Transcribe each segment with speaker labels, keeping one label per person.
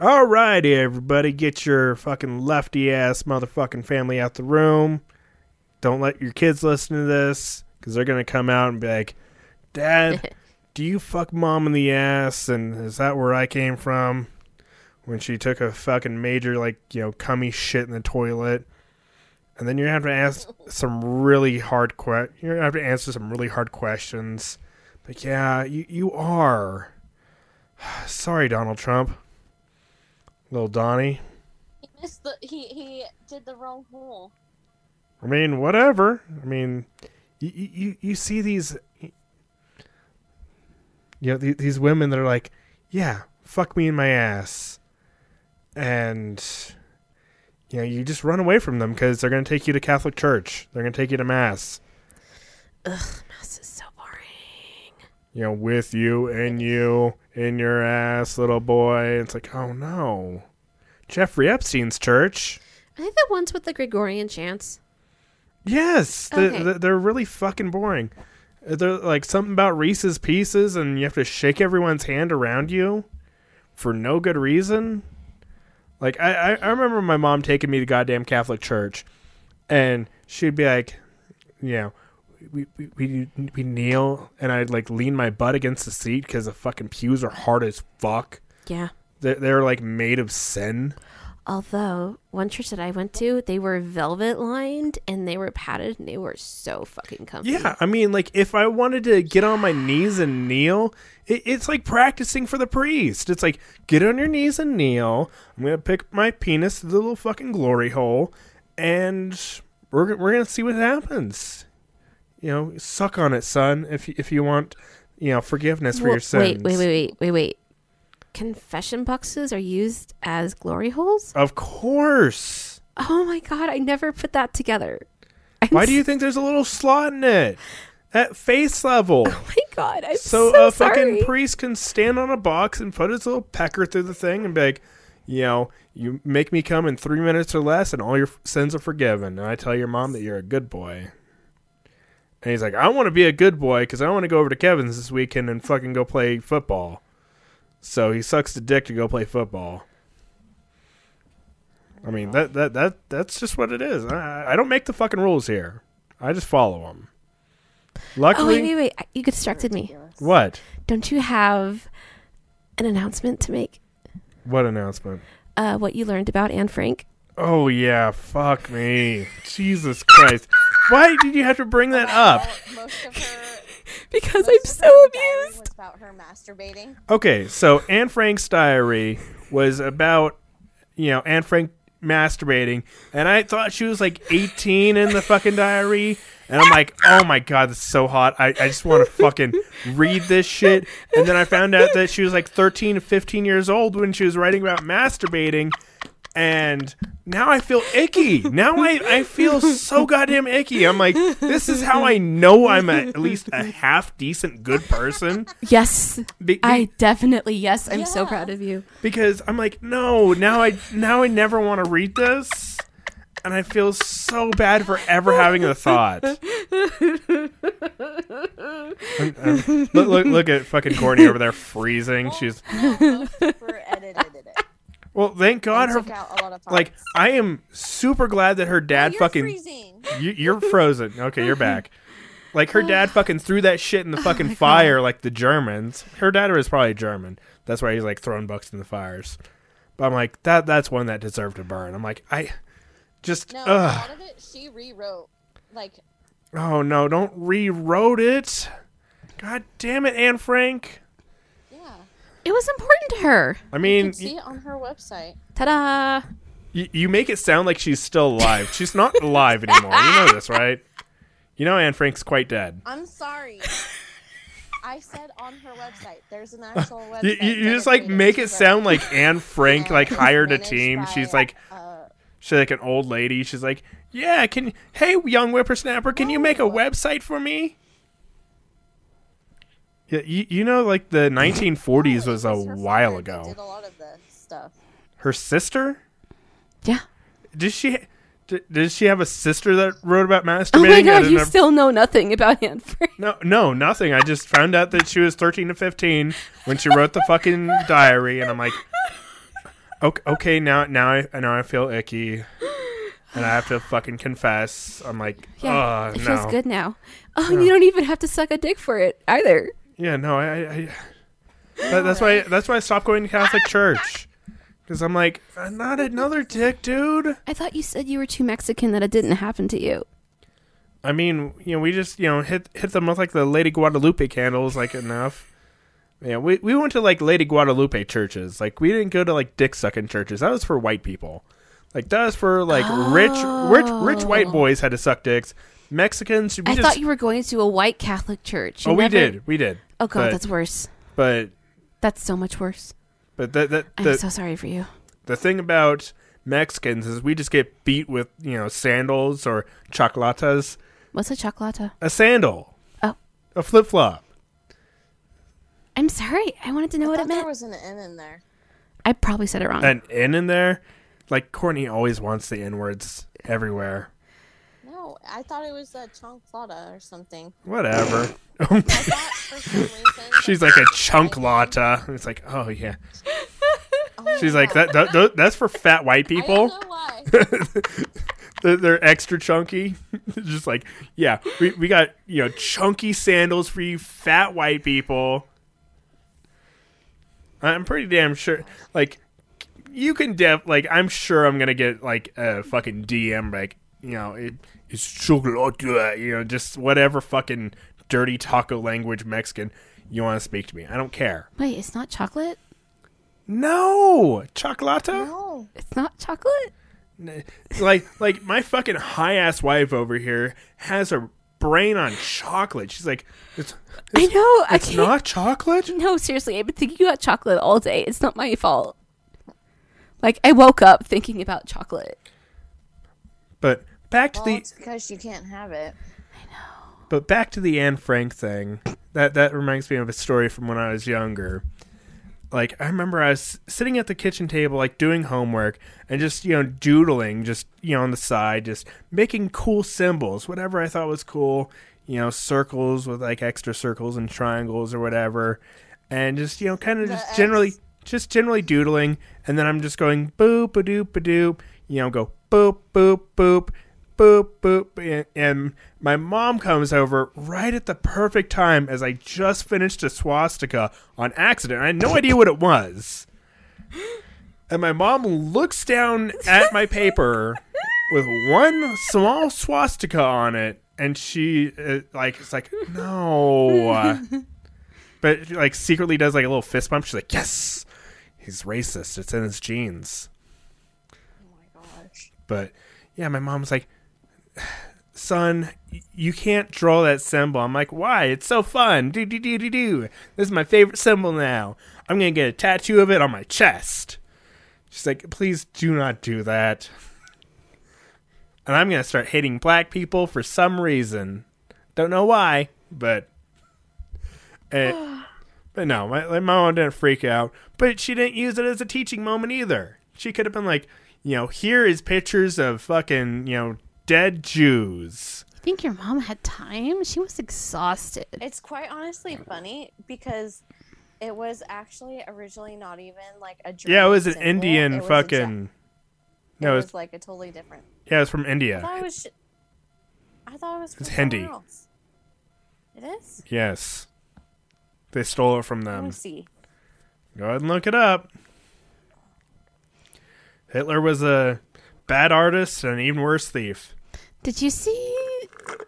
Speaker 1: All righty, everybody, get your fucking lefty ass motherfucking family out the room. Don't let your kids listen to this because they're gonna come out and be like, "Dad, do you fuck mom in the ass?" And is that where I came from when she took a fucking major like you know cummy shit in the toilet? And then you're gonna have to ask some really hard que- you're gonna have to answer some really hard questions. Like, yeah, you you are. Sorry, Donald Trump. Little Donnie.
Speaker 2: He missed the. He he did the wrong hole.
Speaker 1: I mean, whatever. I mean, you you, you see these, you know, the- these women that are like, yeah, fuck me in my ass, and you know, you just run away from them because they're gonna take you to Catholic church. They're gonna take you to mass.
Speaker 2: This is so boring.
Speaker 1: You know, with you in you in your ass, little boy. It's like, oh no, Jeffrey Epstein's church.
Speaker 3: Are they the ones with the Gregorian chants?
Speaker 1: Yes, the,
Speaker 3: Okay.
Speaker 1: the, they're really fucking boring. Uh, They're like something about Reese's Pieces, and you have to shake everyone's hand around you for no good reason. Like I, I, I remember my mom taking me to goddamn Catholic church, and she'd be like, you know, we we we, we kneel, and I'd like lean my butt against the seat because the fucking pews are hard as fuck.
Speaker 3: Yeah.
Speaker 1: They're, they're like made of sin.
Speaker 3: Although one church that I went to, they were velvet lined and they were padded and they were so fucking comfy.
Speaker 1: Yeah, I mean, like if I wanted to get on my knees and kneel, it, it's like practicing for the priest. It's like get on your knees and kneel. I'm gonna pick my penis to the little fucking glory hole, and we're go- we're gonna see what happens. You know, suck on it, son, if y- if you want, you know, forgiveness for
Speaker 3: Well,
Speaker 1: your sins.
Speaker 3: Wait, wait, wait, wait, wait, wait. Confession boxes are used as glory holes?
Speaker 1: Of course.
Speaker 3: Oh my god, I never put that together. I'm
Speaker 1: Why do you think there's a little slot in it at face level?
Speaker 3: Oh my god, I'm
Speaker 1: so,
Speaker 3: so,
Speaker 1: a
Speaker 3: sorry.
Speaker 1: fucking priest can stand on a box and put his little pecker through the thing and be like, you know, you make me come in three minutes or less, and all your f- sins are forgiven. And I tell your mom that you're a good boy. And he's like, I want to be a good boy because I want to go over to Kevin's this weekend and fucking go play football. So he sucks the dick to go play football. I mean that that that that's just what it is. I, I don't make the fucking rules here. I just follow them.
Speaker 3: oh
Speaker 1: Luckily,
Speaker 3: wait, wait, wait. You distracted me.
Speaker 1: what?
Speaker 3: Don't you have an announcement to make?
Speaker 1: What announcement?
Speaker 3: Uh, what you learned about Anne Frank?
Speaker 1: Oh yeah, fuck me. Jesus Christ. Why did you have to bring that up?
Speaker 2: Well, most of her.
Speaker 3: Because
Speaker 2: most
Speaker 3: I'm
Speaker 2: of
Speaker 3: so
Speaker 2: her diary
Speaker 3: abused.
Speaker 2: Was about her masturbating.
Speaker 1: Okay, so Anne Frank's diary was about you know, Anne Frank masturbating and I thought she was like eighteen in the fucking diary and I'm like, oh my god, this is so hot. I, I just wanna fucking read this shit. And then I found out that she was like 13 or 15 years old when she was writing about masturbating and now I feel icky. Now I, I feel so goddamn icky. I'm like, this is how I know I'm a, at least a half decent good person.
Speaker 3: Yes.
Speaker 1: Be-
Speaker 3: I definitely yes. I'm so
Speaker 2: Yeah.
Speaker 3: proud of you.
Speaker 1: because I'm like, no, now I now I never want to read this, and I feel so bad for ever having the thought. I'm- I'm- look, look, look at fucking Courtney over there freezing. She's
Speaker 2: Super edited it.
Speaker 1: well, thank God
Speaker 2: took
Speaker 1: her.
Speaker 2: out a lot of time.
Speaker 1: Like, I am super glad that her dad
Speaker 2: you're
Speaker 1: fucking
Speaker 2: freezing.
Speaker 1: you, you're frozen. Okay, you're back. Like her dad fucking threw that shit in
Speaker 2: Oh
Speaker 1: the fucking fire, like the Germans. Her dad was probably German. That's why he's like throwing books in the fires. But I'm like that. That's one that deserved to burn. I'm like I, just
Speaker 2: No, a
Speaker 1: ugh.
Speaker 2: lot of it she rewrote. Like
Speaker 1: oh no, don't rewrote it. God damn it, Anne Frank.
Speaker 2: yeah,
Speaker 3: It was important to her.
Speaker 1: I
Speaker 2: you
Speaker 1: mean,
Speaker 2: can see it on her website.
Speaker 3: Ta-da!
Speaker 1: You, you make it sound like she's still alive. She's not alive anymore. You know this, right? You know Anne Frank's quite dead.
Speaker 2: I'm sorry. I said on her website. There's an actual website.
Speaker 1: You, you, you just like
Speaker 2: dedicated
Speaker 1: make
Speaker 2: to
Speaker 1: it sound like Anne Frank
Speaker 2: and
Speaker 1: like
Speaker 2: it's
Speaker 1: hired a
Speaker 2: managed
Speaker 1: team.
Speaker 2: by,
Speaker 1: She's like
Speaker 2: uh,
Speaker 1: she's like an old lady. She's like, yeah, can hey young whippersnapper, can you make a website for me? Yeah, you, you know like the 1940s was a
Speaker 2: because her
Speaker 1: while
Speaker 2: father
Speaker 1: ago.
Speaker 2: Did a lot of the stuff.
Speaker 1: Her sister?
Speaker 3: Yeah.
Speaker 1: Did she? Did, did she have a sister that wrote about masturbating?
Speaker 3: Oh my
Speaker 1: I
Speaker 3: god,
Speaker 1: didn't
Speaker 3: you
Speaker 1: ever-
Speaker 3: still know nothing about Anne Frank.
Speaker 1: No, no, nothing. I just found out that she was 13 to 15 when she wrote the fucking diary, and I'm like, Okay, okay, now now I now I feel icky, and I have to fucking confess. I'm like,
Speaker 3: Yeah,
Speaker 1: oh
Speaker 3: it
Speaker 1: no,
Speaker 3: feels good now. Oh, and you don't even have to suck a dick for it either.
Speaker 1: yeah, no, I, I, I that, that's why that's why I stopped going to Catholic church, because I'm like, not another dick, dude.
Speaker 3: I thought you said you were too Mexican that it didn't happen to you.
Speaker 1: I mean, you know, we just you know hit hit them with like the Lady Guadalupe candles, like enough. Yeah, we we went to like Lady Guadalupe churches. Like we didn't go to like dick sucking churches. That was for white people. Like that was for like rich rich rich white boys had to suck dicks. Mexicans, we
Speaker 3: Oh. I
Speaker 1: just
Speaker 3: thought you were going to a white Catholic church. You
Speaker 1: oh we
Speaker 3: never-
Speaker 1: did we did.
Speaker 3: Oh god,
Speaker 1: but,
Speaker 3: that's worse.
Speaker 1: but
Speaker 3: That's so much worse.
Speaker 1: but that that
Speaker 3: I'm
Speaker 1: the,
Speaker 3: so sorry for you.
Speaker 1: the thing about Mexicans is we just get beat with you know sandals or chocolatas.
Speaker 3: What's a chocolata?
Speaker 1: A sandal,
Speaker 3: Oh,
Speaker 1: a flip flop.
Speaker 3: I'm sorry. I wanted to know
Speaker 2: I
Speaker 3: what
Speaker 2: thought
Speaker 3: it
Speaker 2: there
Speaker 3: meant.
Speaker 2: was an N in there.
Speaker 3: I probably said it wrong.
Speaker 1: an N in there. Like Courtney always wants the N words everywhere.
Speaker 2: No, I thought it was a chonclata or something.
Speaker 1: Whatever. Oh,
Speaker 2: I thought for some reason.
Speaker 1: She's like a chunk lotta. It's like, oh yeah. She's like that. that- that- that's for fat white
Speaker 2: I don't
Speaker 1: people.
Speaker 2: know why.
Speaker 1: They're, they're extra chunky. Just like, yeah, we, we got you know chunky sandals for you fat white people. I'm pretty damn sure. Like, you can def like I'm sure I'm gonna get like a fucking DM like you know it, it's chocolate you know just whatever fucking dirty taco language Mexican you want to speak to me. I don't care.
Speaker 3: Wait, it's not chocolate?
Speaker 1: No, chocolata.
Speaker 2: No.
Speaker 3: It's not chocolate?
Speaker 1: like like my fucking high ass wife over here has a brain on chocolate. She's like, it's
Speaker 3: I know. I can't.
Speaker 1: not chocolate.
Speaker 3: No, seriously, I've been thinking about chocolate all day. It's not my fault. Like I woke up thinking about chocolate.
Speaker 1: But back to
Speaker 2: Well,
Speaker 1: the
Speaker 2: it's because you can't have it.
Speaker 1: but back to the Anne Frank thing. That that reminds me of a story from when I was younger. Like I remember I was sitting at the kitchen table, like doing homework and just you know doodling, just you know on the side, just making cool symbols, whatever I thought was cool, you know circles with like extra circles and triangles or whatever, and just you know kind of just
Speaker 2: X.
Speaker 1: generally just generally doodling, and then I'm just going boop a doop a doop, you know go boop boop boop boop boop, and, and my mom comes over right at the perfect time as I just finished a swastika on accident. I had no idea what it was. And my mom looks down at my paper with one small swastika on it, and she uh, like it's like no, but she, like secretly does like a little fist bump. She's like, yes, he's racist. It's in his genes. But yeah, my mom was like, son, y- you can't draw that symbol. I'm like, why? It's so fun. Do do do do do. This is my favorite symbol now. I'm gonna get a tattoo of it on my chest. She's like, please do not do that. And I'm gonna start hating black people for some reason. Don't know why, but eh, it, but no, my, my mom didn't freak out. But she didn't use it as a teaching moment either. She could have been like, you know, here is pictures of fucking, you know, dead Jews.
Speaker 3: I think your mom had time. She was exhausted.
Speaker 2: It's quite honestly funny because it was actually originally not even like a German
Speaker 1: Yeah, it was an
Speaker 2: symbol.
Speaker 1: Indian
Speaker 2: It was
Speaker 1: fucking.
Speaker 2: exact-
Speaker 1: no,
Speaker 2: it
Speaker 1: it
Speaker 2: was
Speaker 1: was,
Speaker 2: like a totally different.
Speaker 1: yeah, it was from
Speaker 2: I thought
Speaker 1: India.
Speaker 2: it was. Sh- I thought it was. From
Speaker 1: It's
Speaker 2: someone
Speaker 1: Hindi.
Speaker 2: Else. It is.
Speaker 1: Yes, they stole it from
Speaker 2: Let me
Speaker 1: them.
Speaker 2: see.
Speaker 1: Go ahead and look it up. Hitler was a bad artist and an even worse thief.
Speaker 3: Did you see? I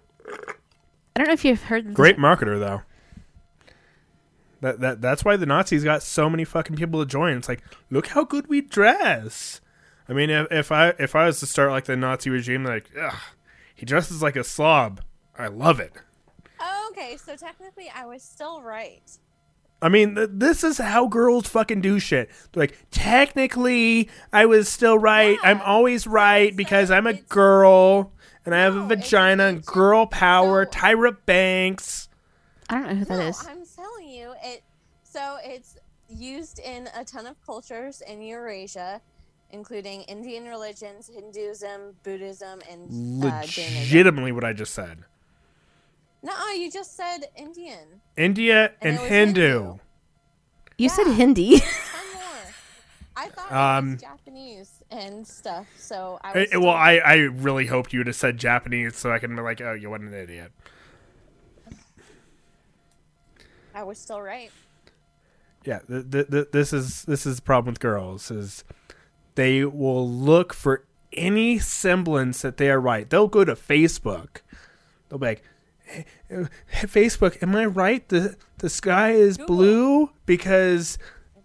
Speaker 3: don't know if you've heard. this-
Speaker 1: Great marketer though. That, that that's why the Nazis got so many fucking people to join. It's like, look how good we dress. I mean, if, if I if I was to start like the Nazi regime, like, ugh, he dresses like a slob. I love it.
Speaker 2: Oh, okay, so technically I was still right.
Speaker 1: I mean, th- this is how girls fucking do shit. They're like, technically, I was still right. I'm always right because I'm a
Speaker 2: It's-
Speaker 1: girl and I have a
Speaker 2: No,
Speaker 1: vagina and
Speaker 2: it's-
Speaker 1: girl power.
Speaker 2: no.
Speaker 1: Tyra Banks.
Speaker 3: I don't know who that
Speaker 2: no,
Speaker 3: is.
Speaker 2: I'm telling you it. So it's used in a ton of cultures in Eurasia, including Indian religions, Hinduism, Buddhism, and uh, Jainism.
Speaker 1: Legitimately, what I just said.
Speaker 2: No, you just said Indian.
Speaker 1: India and,
Speaker 2: And it was
Speaker 1: Hindu.
Speaker 2: Hindu.
Speaker 3: you said Hindi.
Speaker 2: One more. I thought it
Speaker 1: Um,
Speaker 2: was Japanese and stuff, so I
Speaker 1: I,
Speaker 2: was.
Speaker 1: well, I, I really hoped you would have said Japanese so I can be like, oh, you what an idiot.
Speaker 2: I was still right.
Speaker 1: Yeah, th- th- th- this is this is the problem with girls is they will look for any semblance that they are right. They'll go to Facebook. They'll be like, "Hey, uh, hey, Facebook, am I right? The the sky is
Speaker 2: Google.
Speaker 1: blue because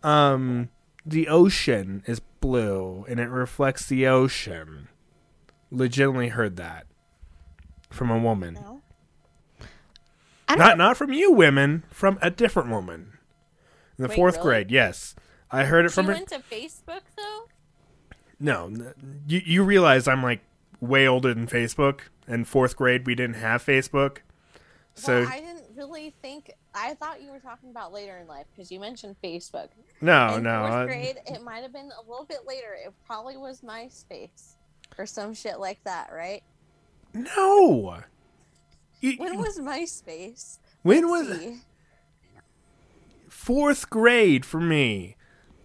Speaker 1: um the ocean is blue and it reflects the ocean. Legitimately heard that from a woman.
Speaker 2: No,
Speaker 4: I don't
Speaker 1: not not from you women, from a different woman. In the
Speaker 2: Wait,
Speaker 1: fourth
Speaker 2: really?
Speaker 1: grade, yes. I heard it
Speaker 2: she
Speaker 1: from her.
Speaker 2: went to Facebook though.
Speaker 1: No, n- you you realize I'm like way older than Facebook. In fourth grade, we didn't have Facebook, so
Speaker 2: well, I didn't really think. I thought you were talking about later in life because you mentioned Facebook.
Speaker 1: no,
Speaker 2: in
Speaker 1: Oh, no,
Speaker 2: Fourth
Speaker 1: I-
Speaker 2: grade, it might have been a little bit later. It probably was MySpace or some shit like that, right?
Speaker 1: no. You-
Speaker 2: When was MySpace?
Speaker 1: when
Speaker 2: Let's
Speaker 1: was
Speaker 2: see.
Speaker 1: fourth grade for me?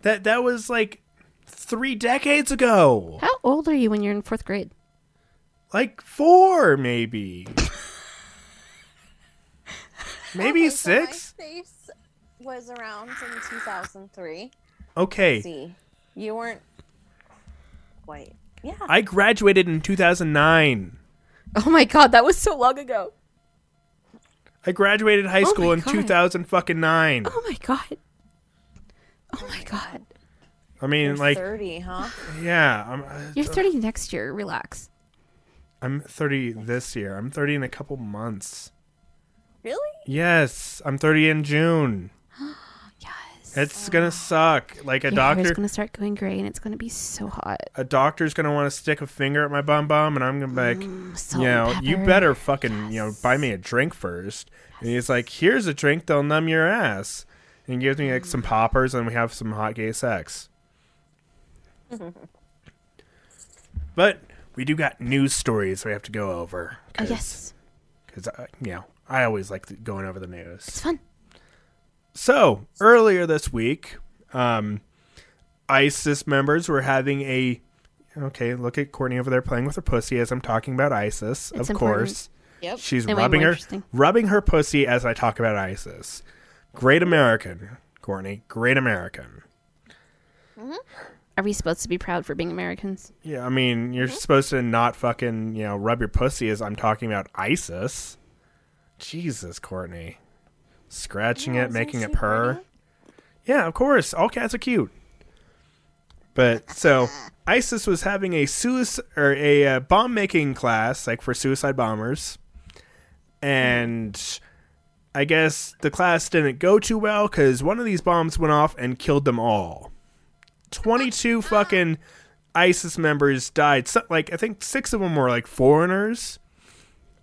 Speaker 1: That that was like three decades ago,
Speaker 4: How old are you when you're in fourth grade?
Speaker 1: like four maybe, maybe
Speaker 2: Okay, so
Speaker 1: six.
Speaker 2: MySpace was around in 2003.
Speaker 1: Okay,
Speaker 2: See, you weren't quite. Yeah.
Speaker 1: I graduated in 2009.
Speaker 4: Oh my god, that was so long ago.
Speaker 1: I graduated high
Speaker 4: Oh my
Speaker 1: school in
Speaker 4: God.
Speaker 1: 2000 fucking nine.
Speaker 4: Oh my god. Oh my god.
Speaker 1: I mean,
Speaker 2: You're
Speaker 1: like,
Speaker 2: 30, huh?
Speaker 1: yeah, I'm uh,
Speaker 4: You're 30 next year. Relax.
Speaker 1: I'm 30 this year. I'm 30 in a couple months.
Speaker 2: Really?
Speaker 1: Yes, I'm 30 in June.
Speaker 4: Yes.
Speaker 1: It's gonna suck. Like a
Speaker 4: Your hair's
Speaker 1: doctor,
Speaker 4: gonna start going gray, and it's gonna be so hot.
Speaker 1: a doctor's gonna want to stick a finger at my bum bum, and I'm gonna be like,
Speaker 4: Mm,
Speaker 1: you
Speaker 4: salt and
Speaker 1: know, you
Speaker 4: pepper.
Speaker 1: better fucking, you know, buy me a drink first. And he's like, here's a drink. They'll numb your ass. And he gives me like some poppers, and we have some hot gay sex. but we do got news stories we have to go over.
Speaker 4: Oh,
Speaker 1: 'cause-
Speaker 4: yes,
Speaker 1: because you know I always like th- going over the news.
Speaker 4: it's fun.
Speaker 1: So earlier this week, um, ISIS members were having a okay. Look at Courtney over there playing with her pussy as I'm talking about ISIS.
Speaker 4: It's
Speaker 1: of course,
Speaker 2: Yep.
Speaker 1: she's
Speaker 4: They're way
Speaker 1: rubbing
Speaker 4: more
Speaker 1: her
Speaker 4: interesting.
Speaker 1: rubbing her pussy as I talk about ISIS. Great American, Courtney. Great American.
Speaker 4: Are we supposed to be proud for being Americans?
Speaker 1: Yeah, I mean, you're supposed to not fucking, you know, rub your pussy as I'm talking about ISIS. Jesus, Courtney. Scratching it,
Speaker 2: isn't
Speaker 1: making
Speaker 2: she
Speaker 1: it purr. Yeah, of course. All cats are cute. But so ISIS was having a suicide or a uh, bomb making class, like for suicide bombers, and I guess the class didn't go too well because one of these bombs went off and killed them all. Twenty-two fucking ISIS members died. So, like I think six of them were like foreigners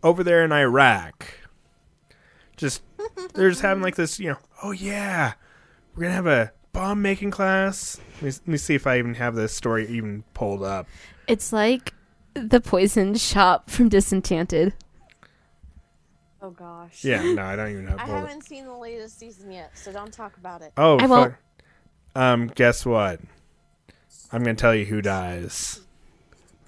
Speaker 1: over there in Iraq. Just they're just having like this, you know. Oh yeah, we're gonna have a bomb making class. Let me, let me see if I even have this story even pulled up.
Speaker 4: It's like the poison shop from Disenchanted.
Speaker 2: Oh, gosh.
Speaker 1: Yeah, no, I don't even have.
Speaker 2: I
Speaker 1: pulled it.
Speaker 2: haven't seen the latest season yet, so don't talk about it.
Speaker 1: Oh,
Speaker 4: I won't.
Speaker 1: fuck. Um, guess what? I'm gonna tell you who dies.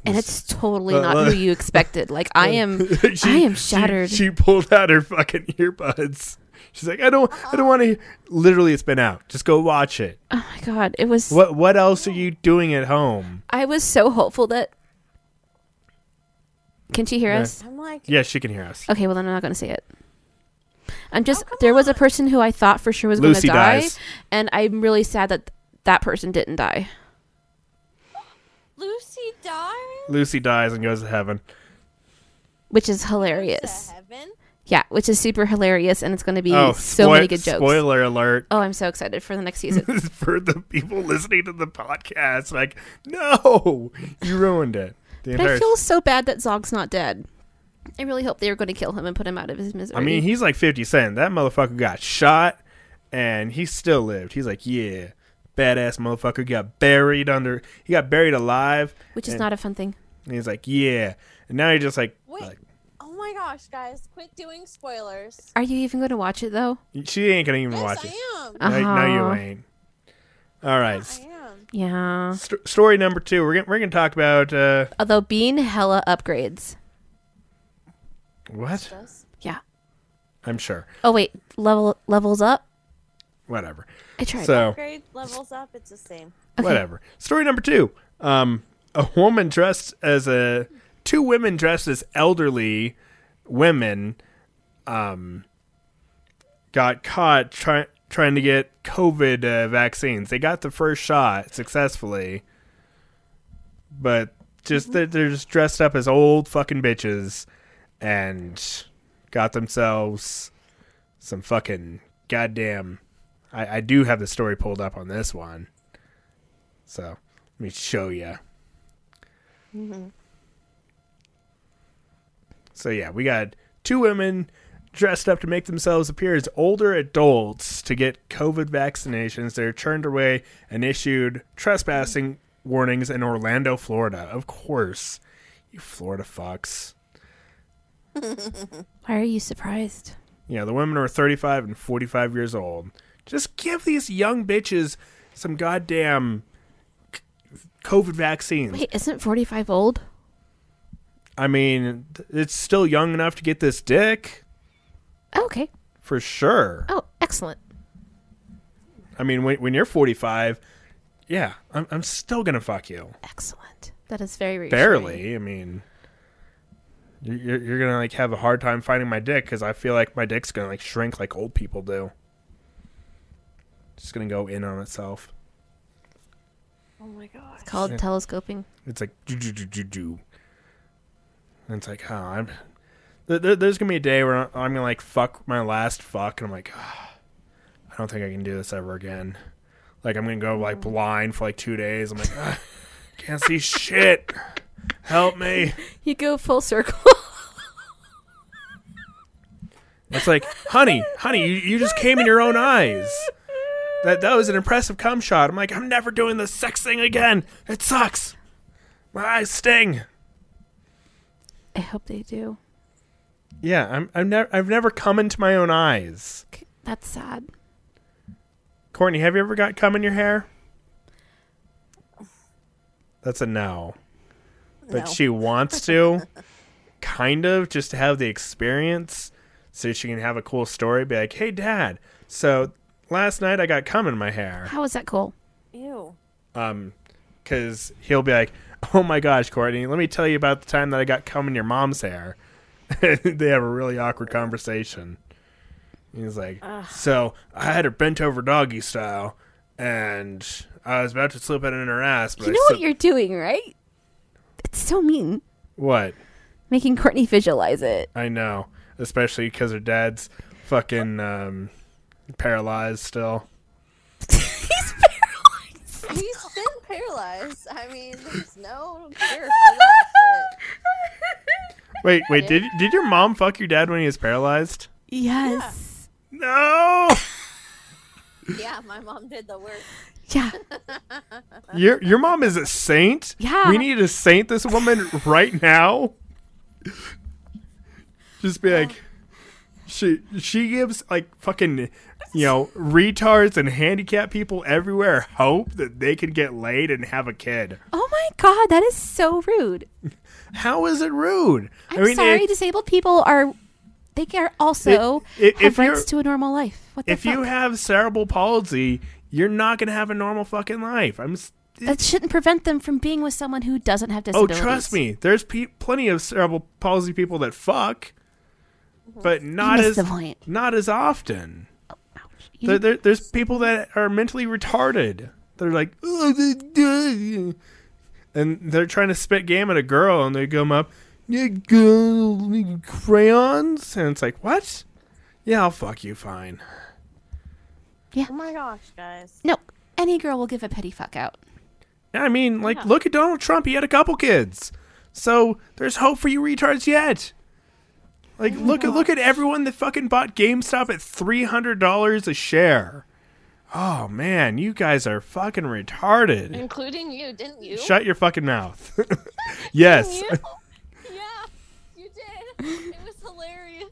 Speaker 4: And it's totally
Speaker 1: Uh, uh,
Speaker 4: not who you expected. Like I am, I am shattered.
Speaker 1: She, she pulled out her fucking earbuds. She's like, I don't, I don't want to. Literally, it's been out. Just go watch it.
Speaker 4: oh my god, it was.
Speaker 1: What, what else are you doing at home?
Speaker 4: I was so hopeful that. Can she hear
Speaker 1: Yeah.
Speaker 4: us?
Speaker 2: I'm like,
Speaker 1: Yeah, she can hear us.
Speaker 4: Okay, well then I'm not going to say it. I'm just
Speaker 2: Oh, come
Speaker 4: there was a
Speaker 2: on.
Speaker 4: person who I thought for sure was going to
Speaker 1: Lucy
Speaker 4: die,
Speaker 1: dies.
Speaker 4: and I'm really sad that that person didn't die.
Speaker 2: Lucy died?
Speaker 1: Lucy dies and goes to heaven.
Speaker 4: which is
Speaker 2: To
Speaker 4: hilarious.
Speaker 2: heaven?
Speaker 4: Yeah, which is super hilarious, and it's going to be
Speaker 1: oh,
Speaker 4: so
Speaker 1: spoil-
Speaker 4: many good jokes.
Speaker 1: Spoiler alert.
Speaker 4: Oh, I'm so excited for the next season.
Speaker 1: for the people listening to the podcast, like, no, you ruined it. The
Speaker 4: but I feel so bad that Zog's not dead. I really hope they were going to kill him and put him out of his misery.
Speaker 1: I mean, he's like 50 Cent. That motherfucker got shot and he still lived. He's like, yeah, badass motherfucker got buried under, he got buried alive.
Speaker 4: which is
Speaker 1: and-
Speaker 4: not a fun thing.
Speaker 1: And he's like, yeah. And now he just like,
Speaker 2: Wait.
Speaker 1: like,
Speaker 2: Oh, my gosh, guys. Quit doing spoilers.
Speaker 4: Are you even going to watch it though?
Speaker 1: she ain't going to even
Speaker 2: Yes,
Speaker 1: watch it. Uh.
Speaker 2: I am.
Speaker 1: No, no, you
Speaker 4: Uh-huh.
Speaker 1: ain't. All right.
Speaker 2: I
Speaker 1: St-
Speaker 2: am.
Speaker 3: Yeah.
Speaker 1: story number two. We're gonna we're gonna talk about uh,
Speaker 3: Although Bean hella upgrades.
Speaker 1: what?
Speaker 2: Does-
Speaker 3: Yeah.
Speaker 1: I'm sure.
Speaker 3: Oh wait, level levels up.
Speaker 1: Whatever.
Speaker 3: I tried.
Speaker 1: So
Speaker 2: Grade levels up, it's the same.
Speaker 1: whatever. Story number two. Um, a woman dressed as a two women dressed as elderly women, um, got caught trying trying to get COVID uh, vaccines. They got the first shot successfully, but just they're, they're just dressed up as old fucking bitches and got themselves some fucking goddamn. I, I do have the story pulled up on this one. So let me show you. So yeah, we got two women dressed up to make themselves appear as older adults to get COVID vaccinations. They're turned away and issued trespassing warnings in Orlando, Florida. Of course, you Florida fucks.
Speaker 3: Why are you surprised?
Speaker 1: You know the women were 35 and 45 years old. Just give these young bitches some goddamn c- COVID vaccines.
Speaker 3: Wait, isn't forty five old?
Speaker 1: I mean, th- it's still young enough to get this dick
Speaker 3: Oh, okay.
Speaker 1: for sure.
Speaker 3: Oh, excellent.
Speaker 1: I mean, when, when you're 45, yeah, I'm, I'm still gonna fuck you.
Speaker 3: Excellent. That is very reassuring.
Speaker 1: Barely. I mean, you're- you're you're gonna like have a hard time finding my dick because I feel like my dick's gonna like shrink like old people do. It's gonna go in on itself.
Speaker 2: Oh my god.
Speaker 3: It's called telescoping.
Speaker 1: It's like do do do do do. And it's like, oh, I'm. There, there- there's gonna be a day where I'm gonna like fuck my last fuck, and I'm like, "Ah, I don't think I can do this ever again. Like I'm gonna go like blind for like two days. I'm like, "Ah, can't see shit. Help me.
Speaker 3: You go full circle.
Speaker 1: It's like, honey, honey, you, you just came in your own eyes. That that was an impressive cum shot. I'm like, I'm never doing this sex thing again. It sucks. My eyes sting.
Speaker 3: I hope they do.
Speaker 1: Yeah, I'm I'm never I've never come into my own eyes.
Speaker 3: K- That's sad.
Speaker 1: Courtney, have you ever got cum in your hair? That's a no. But
Speaker 2: No.
Speaker 1: she wants to kind of just to have the experience so she can have a cool story be like, "Hey dad, so last night I got cum in my hair."
Speaker 3: How is that cool?
Speaker 2: Ew.
Speaker 1: Um cuz he'll be like, "Oh my gosh, Courtney, let me tell you about the time that I got cum in your mom's hair." they have a really awkward conversation. He's like, so I had her bent over doggy style, and I was about to slip it in her ass, but
Speaker 3: You
Speaker 1: I
Speaker 3: know what
Speaker 1: slipped-
Speaker 3: you're doing, right? It's so mean.
Speaker 1: what?
Speaker 3: Making Courtney visualize it.
Speaker 1: I know, especially because her dad's fucking um, paralyzed still.
Speaker 3: He's paralyzed.
Speaker 2: He's been paralyzed. I mean, there's no cure for that shit.
Speaker 1: Wait, wait, did did your mom fuck your dad when he was paralyzed?
Speaker 3: Yes.
Speaker 1: No,
Speaker 2: Yeah, my mom did the work.
Speaker 3: Yeah.
Speaker 1: your your mom is a saint.
Speaker 3: Yeah.
Speaker 1: we need to saint this woman right now. Just be like, she she gives like fucking you know retards and handicapped people everywhere hope that they can get laid and have a kid.
Speaker 3: Oh my god, that is so rude.
Speaker 1: How is it rude?
Speaker 3: I'm sorry,
Speaker 1: if-
Speaker 3: disabled people are they are also
Speaker 1: If- if
Speaker 3: have
Speaker 1: you're-
Speaker 3: rights to a normal life. What the
Speaker 1: if
Speaker 3: fuck?
Speaker 1: you have cerebral palsy, you're not gonna have a normal fucking life. I'm. s-
Speaker 3: that shouldn't prevent them from being with someone who doesn't have
Speaker 1: Oh,
Speaker 3: disabilities.
Speaker 1: trust me. There's pe- plenty of cerebral palsy people that fuck, but not
Speaker 3: missed
Speaker 1: as
Speaker 3: the point.
Speaker 1: not as often.
Speaker 3: Ouch. You-
Speaker 1: There, there, there's people that are mentally retarded. They're like, and they're trying to spit game at a girl, and they come up, "Yeah, girl, crayons, and it's like, what? Yeah, I'll fuck you, fine.
Speaker 2: Oh my gosh, guys.
Speaker 3: no, any girl will give a petty fuck out.
Speaker 1: I mean, like, look at Donald Trump. He had a couple kids, so there's hope for you retards yet. Like, look at look at everyone that fucking bought GameStop at three hundred dollars a share. Oh man, you guys are fucking retarded.
Speaker 2: Including you, didn't you?
Speaker 1: Shut your fucking mouth. yes,
Speaker 2: You? yeah, you did. It was hilarious.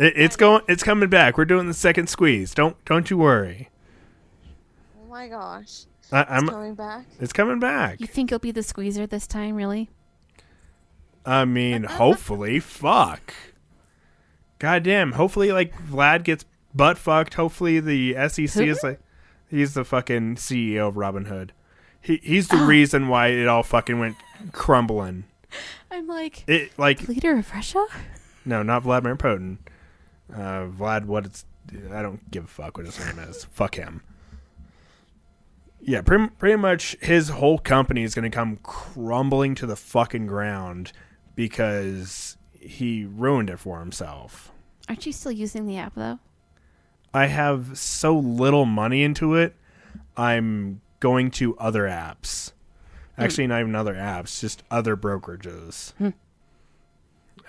Speaker 1: it, it's going. It's coming back. We're doing the second squeeze. Don't don't you worry.
Speaker 2: Oh my gosh.
Speaker 1: I,
Speaker 2: It's
Speaker 1: I'm.
Speaker 2: coming back.
Speaker 1: It's coming back.
Speaker 4: You think you'll be the squeezer this time, really?
Speaker 1: I mean, hopefully, fuck. Goddamn. Hopefully, like Vlad gets butt fucked. Hopefully, the SEC is like, he's the fucking CEO of Robin Hood. He he's the reason why it all fucking went crumbling.
Speaker 4: I'm like
Speaker 1: It like
Speaker 4: leader of Russia.
Speaker 1: no, not Vladimir Putin. Uh, Vlad, what it's I don't give a fuck what his name is. Fuck him. Yeah, pretty, pretty much his whole company is going to come crumbling to the fucking ground because he ruined it for himself.
Speaker 4: Aren't you still using the app though?
Speaker 1: I have so little money into it. I'm going to other apps. Actually, not even other apps, just other brokerages.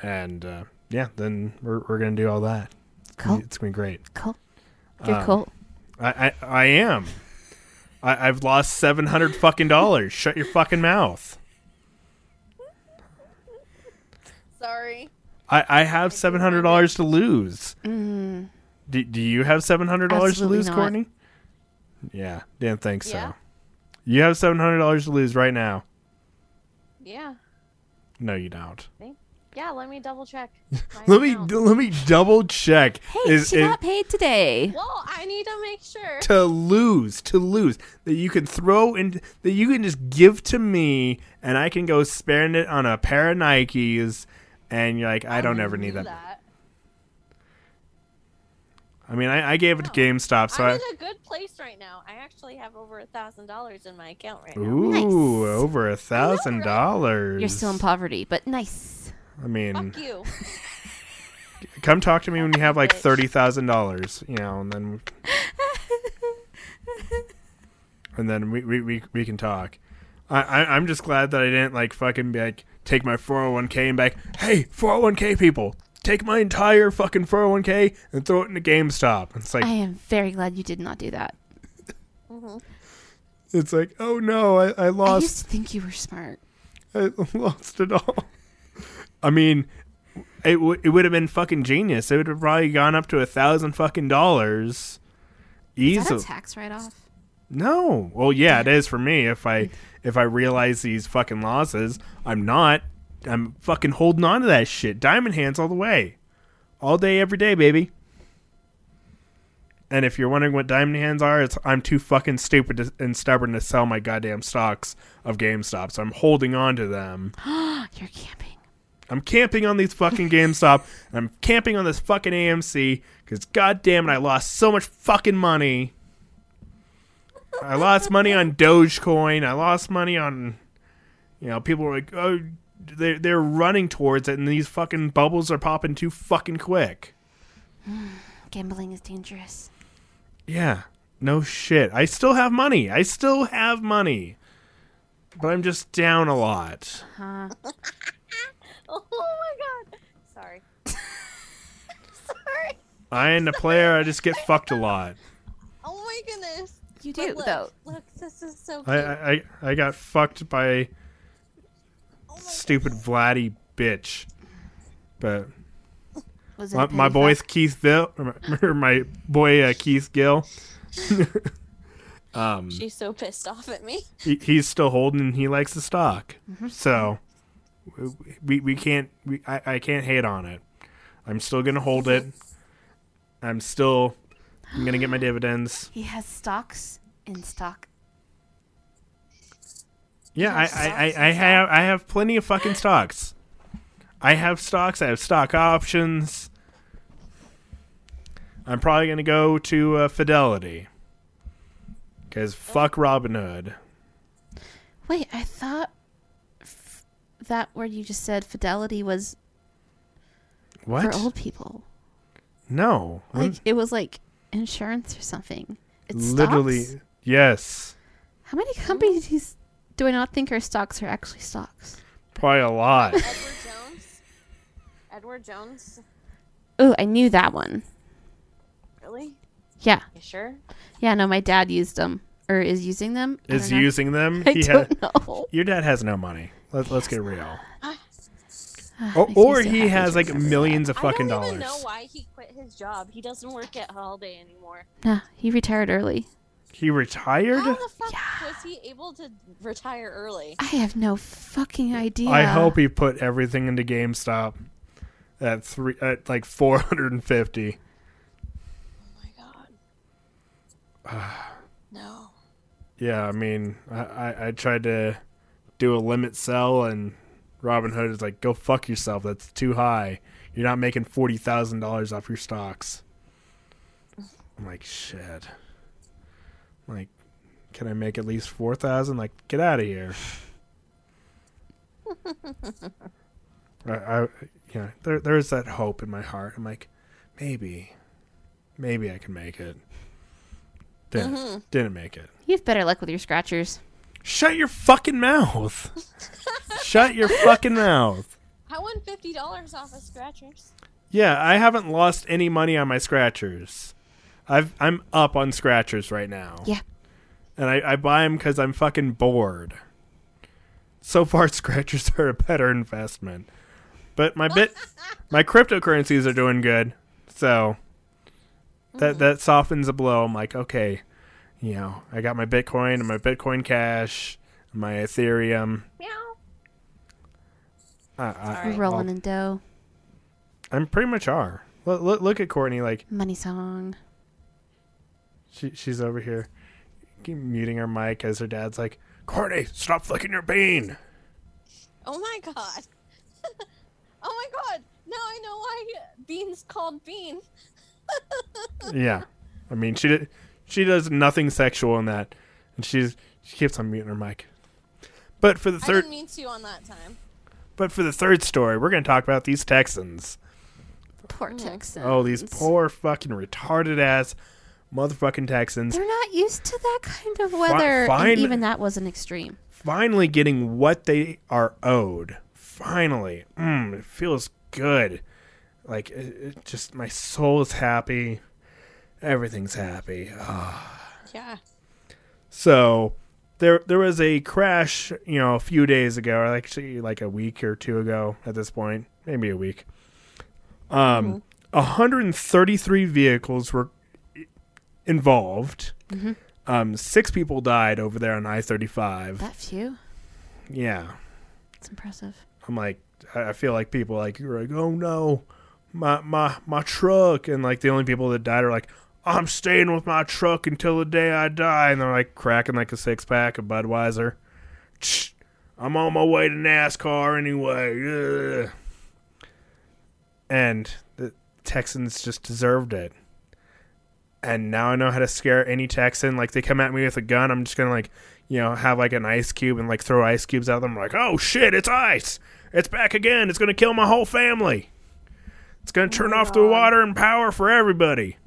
Speaker 1: And uh, yeah, then we're, we're going to do all that.
Speaker 4: Cool.
Speaker 1: It's going to be great.
Speaker 4: Cool.
Speaker 1: Um,
Speaker 4: You're cool.
Speaker 1: I, I, I am. I, I've lost seven hundred fucking dollars. Shut your fucking mouth.
Speaker 2: Sorry.
Speaker 1: I, I have seven hundred dollars to lose. Do, do you have seven hundred dollars to
Speaker 4: Mm. Absolutely
Speaker 1: lose,
Speaker 4: not.
Speaker 1: Courtney? Yeah, didn't think so.
Speaker 2: Yeah.
Speaker 1: You have seven hundred dollars to lose right now.
Speaker 2: Yeah.
Speaker 1: No, you don't.
Speaker 2: Yeah, let me double check. my
Speaker 1: Let me
Speaker 2: account.
Speaker 1: let me double check.
Speaker 3: Hey, she got paid today.
Speaker 2: Well, I need to make sure.
Speaker 1: to lose to lose that you can throw in that you can just give to me and I can go spend it on a pair of Nikes and you're like I don't ever need
Speaker 2: Do
Speaker 1: that.
Speaker 2: that.
Speaker 1: I mean I, I gave it to GameStop so
Speaker 2: I'm
Speaker 1: I
Speaker 2: in a good place right now. I actually have over a thousand dollars in my account right now.
Speaker 1: ooh
Speaker 4: Nice.
Speaker 1: over a thousand dollars.
Speaker 4: You're still in poverty, but nice.
Speaker 1: I mean
Speaker 2: Fuck you.
Speaker 1: come talk to me when you have like
Speaker 2: Bitch.
Speaker 1: thirty thousand dollars you know and then and then we we, we, we can talk. I, I I'm just glad that I didn't like fucking be like take my 401k and back. Hey, 401k people, take my entire fucking 401k and throw it into GameStop. It's like
Speaker 4: I am very glad you did not do that.
Speaker 1: it's like oh no, I, I
Speaker 4: I
Speaker 1: lost
Speaker 4: used to think you were smart.
Speaker 1: I lost it all. I mean, it w- it would have been fucking genius. It would have probably gone up to a thousand fucking dollars.
Speaker 4: Is that a
Speaker 1: Easily.
Speaker 4: tax write-off?
Speaker 1: No. Well, yeah, it is for me. If I if I realize these fucking losses, I'm not. I'm fucking holding on to that shit. Diamond hands all the way, all day, every day, baby. And if you're wondering what diamond hands are, it's I'm too fucking stupid to, and stubborn to sell my goddamn stocks of GameStop, so I'm holding on to them.
Speaker 4: You're camping.
Speaker 1: I'm camping on these fucking GameStop. and I'm camping on this fucking AMC because goddamn it, I lost so much fucking money. I lost money on Dogecoin. I lost money on, you know, people were like, oh, they're, they're running towards it, and these fucking bubbles are popping too fucking quick.
Speaker 4: Gambling is dangerous.
Speaker 1: Yeah, no shit. I still have money. I still have money. But I'm just down a lot.
Speaker 4: Huh?
Speaker 2: Oh my god. Sorry. Sorry.
Speaker 1: I ain't a player. I just get fucked a lot.
Speaker 2: Oh my goodness.
Speaker 4: You
Speaker 2: But
Speaker 4: do
Speaker 2: look,
Speaker 4: though.
Speaker 2: Look, this is so
Speaker 1: I,
Speaker 2: cute.
Speaker 1: I I- I got fucked by
Speaker 2: oh my
Speaker 1: stupid Vladdy bitch. But
Speaker 4: Was it
Speaker 1: my,
Speaker 4: a
Speaker 1: my
Speaker 4: petty
Speaker 1: boy
Speaker 4: fuck?
Speaker 1: Keith Bill, or my, or my boy uh, Keith Gill, um,
Speaker 2: She's so pissed off at me.
Speaker 1: he, he's still holding and he likes the stock. So we- we we can't we I, I can't hate on it. I'm still gonna hold it. I'm still I'm gonna get my dividends.
Speaker 4: He has stocks in stock.
Speaker 1: Yeah, I, I, I, I have I have plenty of fucking stocks. I have stocks. I have stock options. I'm probably gonna go to uh, Fidelity because
Speaker 4: Oh.
Speaker 1: fuck Robinhood.
Speaker 4: Wait, I thought f- that word you just said, fidelity, was
Speaker 1: What?
Speaker 4: for old people.
Speaker 1: No,
Speaker 4: Like it was like insurance or something. It's
Speaker 1: literally
Speaker 4: stocks?
Speaker 1: yes.
Speaker 4: How many companies do I not think are stocks are actually stocks?
Speaker 1: Probably a lot.
Speaker 2: Edward Jones. Edward Jones.
Speaker 4: Oh, I knew that one.
Speaker 2: Really?
Speaker 4: Yeah,
Speaker 2: You sure?
Speaker 4: yeah. No, my dad used them or is using them. I
Speaker 1: Is
Speaker 4: don't know.
Speaker 1: using them.
Speaker 4: I
Speaker 1: He ha-
Speaker 4: don't know.
Speaker 1: your dad has no money. Let, let's get real. Or,
Speaker 4: Ah, makes me
Speaker 1: Oh, or
Speaker 4: so
Speaker 1: he
Speaker 4: happy
Speaker 1: has
Speaker 4: to
Speaker 1: like
Speaker 4: remember
Speaker 1: millions of
Speaker 2: I don't
Speaker 1: fucking dollars.
Speaker 2: even know why he quit his job. He doesn't work at Holiday anymore.
Speaker 4: that. Nah, he retired early.
Speaker 1: He retired?
Speaker 2: How the fuck
Speaker 4: Yeah.
Speaker 2: was he able to retire early?
Speaker 4: I have no fucking idea.
Speaker 1: I hope he put everything into GameStop at three at like 450.
Speaker 2: Oh my god. no.
Speaker 1: Yeah, I mean, I, I, I tried to do a limit sell, and Robin Hood is like, "Go fuck yourself. That's too high. You're not making forty thousand dollars off your stocks." I'm like, "Shit." I'm like, can I make at least four thousand? Like, get out of here. I, I, yeah, there, there's that hope in my heart. I'm like, maybe, maybe I can make it. Didn't, didn't make it.
Speaker 4: You have better luck with your scratchers.
Speaker 1: Shut your fucking mouth. Shut your fucking mouth.
Speaker 2: I won fifty dollars off of scratchers.
Speaker 1: Yeah, I haven't lost any money on my scratchers. I've I'm up on scratchers right now.
Speaker 4: Yeah.
Speaker 1: And I, I buy them because I'm fucking bored. So far, scratchers are a better investment. But my bit, my cryptocurrencies are doing good, so that that softens the blow. I'm like, okay, you know, I got my Bitcoin and my Bitcoin Cash, my Ethereum.
Speaker 2: Meow.
Speaker 1: I, I,
Speaker 2: Sorry.
Speaker 4: Rolling in dough.
Speaker 1: I'm pretty much are. Look, look, look at Courtney. Like
Speaker 4: Money song.
Speaker 1: she, she's over here keep muting her mic as her dad's like, Courtney, stop flicking your bean.
Speaker 2: Oh my god. oh my god. Now I know why Bean's called Bean.
Speaker 1: yeah, I mean she did, she does nothing sexual in that, and she's she keeps on muting her mic. But for the
Speaker 2: I
Speaker 1: third,
Speaker 2: didn't mean to on that time.
Speaker 1: but for the third story, we're gonna talk about these Texans.
Speaker 3: Poor Texans.
Speaker 1: Oh, these poor fucking retarded ass motherfucking Texans.
Speaker 4: They're not used to that kind of weather.
Speaker 1: fine.
Speaker 4: And even that wasn't extreme.
Speaker 1: finally getting what they are owed. Finally, mm, it feels good. Like it, it just my soul is happy. Everything's happy.
Speaker 2: Yeah.
Speaker 1: So there there was a crash, you know, a few days ago, or actually like a week or two ago at this point, maybe a week. Um 133 vehicles were involved. Um, six people died over there on I-35.
Speaker 4: That few.
Speaker 1: Yeah.
Speaker 4: It's impressive.
Speaker 1: I'm like, I I feel like people like you're like, oh no, my my my truck, and like the only people that died are like, I'm staying with my truck until the day I die, and they're like cracking like a six pack of Budweiser. Tch, I'm on my way to NASCAR anyway. Ugh. And the Texans just deserved it. And now I know how to scare any Texan. Like they come at me with a gun, I'm just gonna like, you know, have like an ice cube and like throw ice cubes at them. Like, oh shit, it's ice. It's back again. It's gonna kill my whole family. It's gonna turn off the water and power for everybody.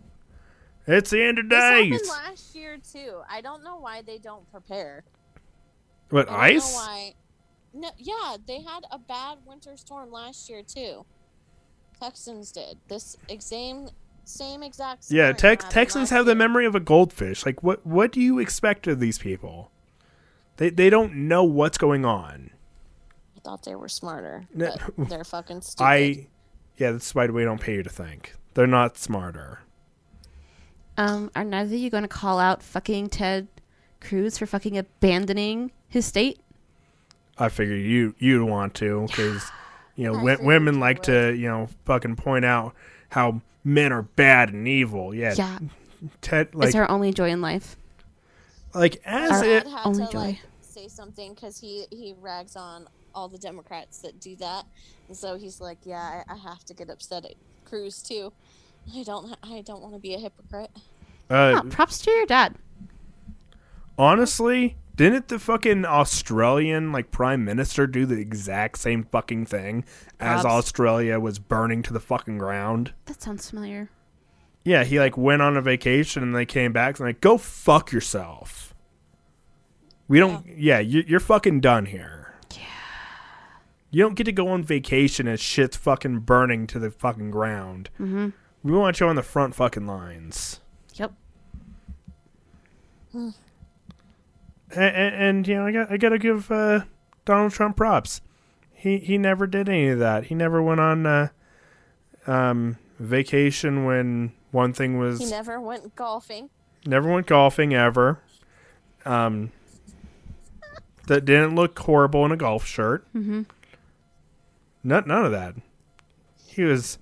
Speaker 1: It's the end of
Speaker 2: This
Speaker 1: days.
Speaker 2: happened last year too. I don't know why they don't prepare.
Speaker 1: What
Speaker 2: I don't
Speaker 1: ice?
Speaker 2: know why. No, yeah, they had a bad winter storm last year too. Texans did this same same exact.
Speaker 1: Yeah,
Speaker 2: scenario
Speaker 1: Tex-
Speaker 2: happened
Speaker 1: Texans
Speaker 2: last
Speaker 1: have the
Speaker 2: year.
Speaker 1: memory of a goldfish. Like, what what do you expect of these people? They they don't know what's going on.
Speaker 2: I thought they were smarter,
Speaker 1: No.
Speaker 2: but they're fucking stupid.
Speaker 1: I, yeah, that's why we don't pay you to think. They're not smarter.
Speaker 4: Um, are neither of you going to call out fucking Ted Cruz for fucking abandoning his state?
Speaker 1: I figure you you'd want to because you know
Speaker 2: I
Speaker 1: w-
Speaker 2: figured
Speaker 1: women
Speaker 2: you
Speaker 1: like to you know fucking point out how men are bad and evil. Yeah,
Speaker 4: Yeah.
Speaker 1: Ted
Speaker 4: it's
Speaker 1: like
Speaker 4: our only joy in life.
Speaker 1: like as
Speaker 2: My dad
Speaker 1: it
Speaker 2: had
Speaker 4: Only
Speaker 2: to
Speaker 4: joy.
Speaker 2: like say something because he he rags on all the Democrats that do that, and so he's like, yeah, I, I have to get upset at Cruz too. I don't I don't want to be a hypocrite.
Speaker 1: uh,
Speaker 4: Oh, props to your dad.
Speaker 1: honestly didn't the fucking australian like prime minister do the exact same fucking thing as
Speaker 4: Props.
Speaker 1: australia was burning to the fucking ground
Speaker 4: That sounds familiar.
Speaker 1: yeah he like went on a vacation and they came back and like go fuck yourself we don't yeah, you, you're fucking done here yeah you don't get to go on vacation as shit's fucking burning to the fucking ground mm-hmm. we want you on the front fucking lines
Speaker 4: Yep.
Speaker 1: and, and, and you know, I got I got to give uh, Donald Trump props. He he never did any of that. He never went on uh, um, vacation when one thing was
Speaker 2: He never went golfing.
Speaker 1: Never went golfing ever. Um, that didn't look horrible in a golf shirt. Mm-hmm. None, none of that. He was,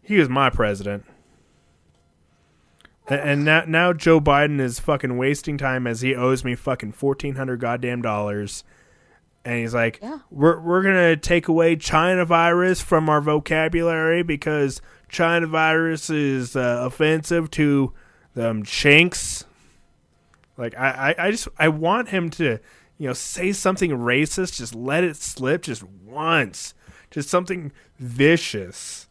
Speaker 1: he was my president. A- And now, now Joe Biden is fucking wasting time as he owes me fucking fourteen hundred goddamn dollars, and he's like,
Speaker 4: Yeah.
Speaker 1: "We're we're gonna take away China virus from our vocabulary because China virus is uh, offensive to them chinks." Like I, I, I just I want him to, you know, say something racist, just let it slip just once. Just something vicious.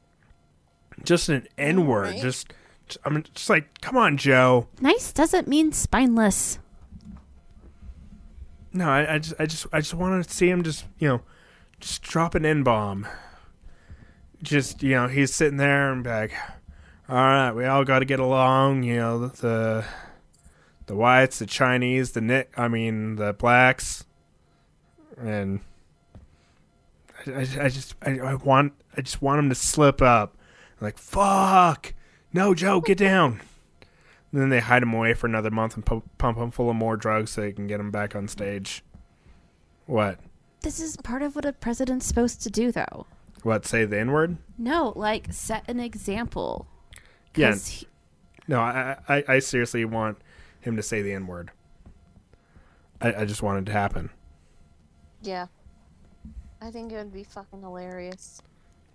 Speaker 1: Just an N word.
Speaker 2: Right.
Speaker 1: Just I mean just like, come on, Joe.
Speaker 4: Nice doesn't mean spineless.
Speaker 1: No, I, I just I just I just wanna see him just you know, just drop an N bomb. Just, you know, he's sitting there and be like, All right, we all gotta get along, you know, the the whites, the Chinese, the Nick, I mean, the blacks, and I, I, I just, I, I want, I just want him to slip up, like fuck, no, Joe, get down. And then they hide him away for another month and pump, pump him full of more drugs so they can get him back on stage. What?
Speaker 4: This is part of what a president's supposed to do, though.
Speaker 1: What? Say the N word?
Speaker 4: No, like set an example.
Speaker 1: Yeah.
Speaker 4: 'Cause he-
Speaker 1: No, I, I, I seriously want him to say the N word. I, I just want it to happen.
Speaker 2: Yeah. I think it would be fucking hilarious.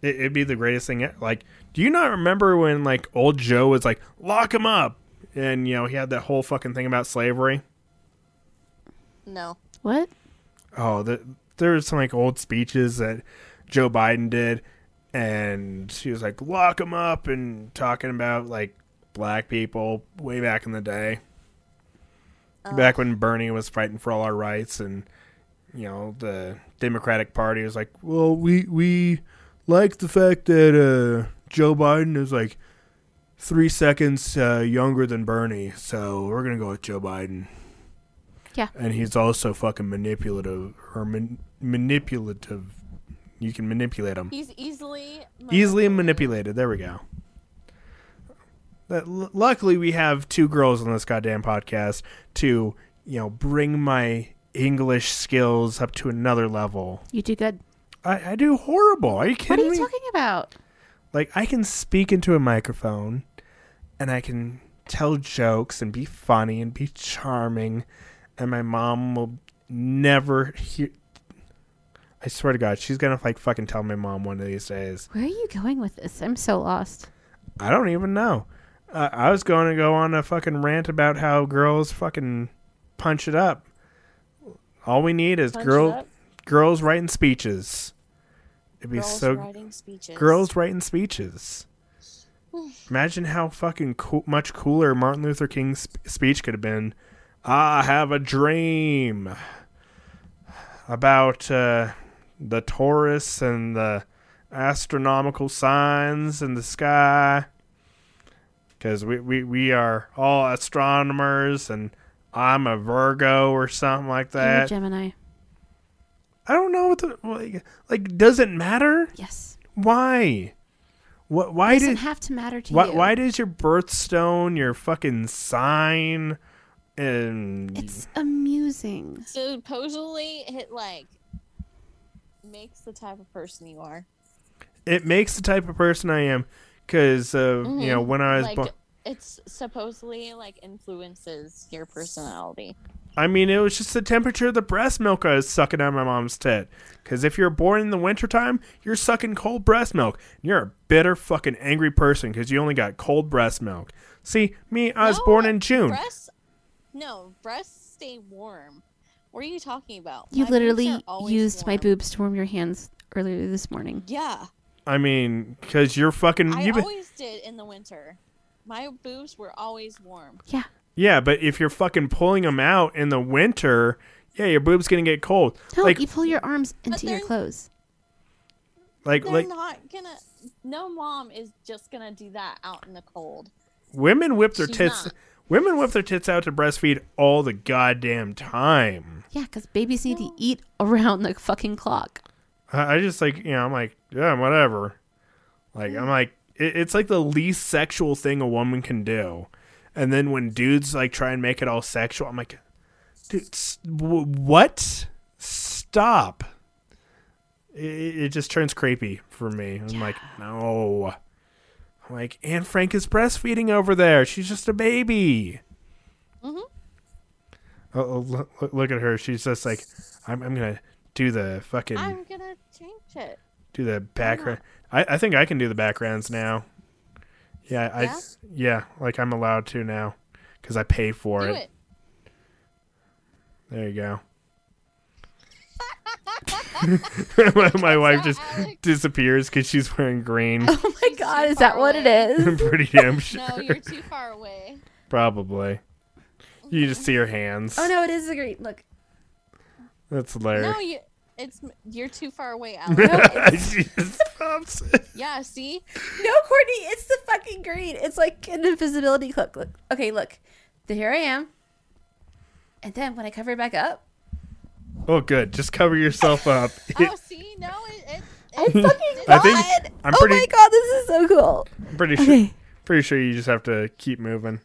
Speaker 1: It, it'd be the greatest thing. e- Like, do you not remember when like old Joe was like, "Lock him up," and you know he had that whole fucking thing about slavery.
Speaker 2: No.
Speaker 4: what?
Speaker 1: Oh, the, there was some like old speeches that Joe Biden did, and she was like, "Lock him up," and talking about like black people way back in the day,
Speaker 2: Um,
Speaker 1: back when Bernie was fighting for all our rights, and you know the Democratic Party was like, "Well, we we like the fact that uh, Joe Biden is like." Three seconds uh, younger than Bernie, so we're gonna go with Joe Biden and he's also fucking manipulative or man- manipulative. You can manipulate him
Speaker 2: He's easily
Speaker 1: easily manipulated. There we go. That, l- luckily, we have two girls on this goddamn podcast to you know bring my English skills up to another level.
Speaker 4: You do good.
Speaker 1: I, I do horrible. Are you
Speaker 4: What are
Speaker 1: kidding
Speaker 4: you
Speaker 1: me?
Speaker 4: talking about?
Speaker 1: Like I can speak into a microphone and I can tell jokes and be funny and be charming and my mom will never hear I swear to god, she's going to like fucking tell my mom one of these days.
Speaker 4: Where are you going with this? I'm so lost.
Speaker 1: I don't even know. Uh, I was going to go on a fucking rant about how girls fucking punch it up. All we need is
Speaker 2: Punch
Speaker 1: girl
Speaker 2: it up.
Speaker 1: girls writing speeches. It'd be
Speaker 2: girls
Speaker 1: so
Speaker 2: writing speeches.
Speaker 1: girls writing speeches. Imagine how fucking cool, much cooler Martin Luther King's sp- speech could have been. I have a dream about uh, the Taurus and the astronomical signs in the sky. Because we, we, we are all astronomers, and I'm a Virgo or something like
Speaker 4: You're a
Speaker 1: that.
Speaker 4: Gemini.
Speaker 1: I don't know what the. Like, like does it matter?
Speaker 4: Yes.
Speaker 1: Why? What? Why
Speaker 4: doesn't
Speaker 1: did?
Speaker 4: have to matter to
Speaker 1: Why,
Speaker 4: you.
Speaker 1: why does your birthstone, your fucking sign, and
Speaker 4: It's amusing.
Speaker 2: Supposedly, it like makes the type of person you are.
Speaker 1: it makes the type of person I am? Because uh, you know, when I was
Speaker 2: Mm-hmm. like,
Speaker 1: born,
Speaker 2: it's supposedly like influences your personality.
Speaker 1: I mean, it was just the temperature of the breast milk I was sucking out of my mom's tit. Because if you're born in the wintertime, you're sucking cold breast milk. And you're a bitter, fucking angry person because you only got cold breast milk. See, me, I was
Speaker 2: No,
Speaker 1: born in June.
Speaker 2: Breasts, no, breasts stay warm. What are you talking about?
Speaker 4: You
Speaker 2: My boobs
Speaker 4: literally
Speaker 2: are always
Speaker 4: used my
Speaker 2: warm.
Speaker 4: boobs to warm your hands earlier this morning.
Speaker 2: Yeah,
Speaker 1: I mean, because you're fucking.
Speaker 2: I
Speaker 1: you've been-
Speaker 2: always did in the winter. My boobs were always warm.
Speaker 4: Yeah.
Speaker 1: Yeah, but if you're fucking pulling them out in the winter, yeah, your boob's gonna get cold.
Speaker 4: No,
Speaker 1: like,
Speaker 4: you pull your arms into your
Speaker 2: they're-
Speaker 4: clothes.
Speaker 1: like,
Speaker 2: They're
Speaker 1: like
Speaker 2: not gonna. No mom is just gonna do that out in the cold.
Speaker 1: women whip their
Speaker 2: She's
Speaker 1: tits.
Speaker 2: not.
Speaker 1: Women whip their tits out to breastfeed all the goddamn time.
Speaker 4: Yeah, because babies need to eat around the fucking clock.
Speaker 1: I, I just like, you know, I'm like, yeah, whatever. Like, I'm like, it, it's like the least sexual thing a woman can do, And then when dudes like try and make it all sexual, I'm like, dude, s- w- what? Stop. It, it just turns creepy for me. I'm like, no. I'm like, Anne Frank is breastfeeding over there. She's just a baby.
Speaker 2: Mhm.
Speaker 1: Oh, oh, lo- lo- look at her. She's just like, I'm, I'm gonna do the fucking
Speaker 2: I'm gonna change it.
Speaker 1: do the background. I, I think I can do the backgrounds now. Yeah, I
Speaker 2: Yeah?
Speaker 1: yeah, like I'm allowed to now because I pay for
Speaker 2: Do
Speaker 1: it.
Speaker 2: it.
Speaker 1: There you go. my my wife
Speaker 2: how
Speaker 1: just
Speaker 2: Alex-
Speaker 1: disappears because she's wearing green.
Speaker 4: Oh my god,
Speaker 2: too
Speaker 4: is that
Speaker 2: far
Speaker 4: what it
Speaker 2: away.
Speaker 4: is?
Speaker 1: I'm pretty damn sure.
Speaker 2: No, you're too far away.
Speaker 1: Probably. You just see her hands.
Speaker 4: Oh no, it is the green. Look.
Speaker 1: That's hilarious.
Speaker 2: No, you. It's you're too far away, Alex.
Speaker 1: she just pops it.
Speaker 2: yeah, see,
Speaker 4: No, Courtney, it's the fucking green. It's like an invisibility cloak. Look. Okay, look. There here I am. And then when I cover it back up,
Speaker 1: Oh, good. Just cover yourself up.
Speaker 2: oh, see, no, it, it,
Speaker 4: fucking
Speaker 2: it
Speaker 1: I think-
Speaker 4: God!
Speaker 1: I'm
Speaker 4: oh my
Speaker 1: pretty-
Speaker 4: god, this is so cool.
Speaker 1: I'm pretty sure.
Speaker 3: Okay.
Speaker 1: Pretty sure you just have to keep moving.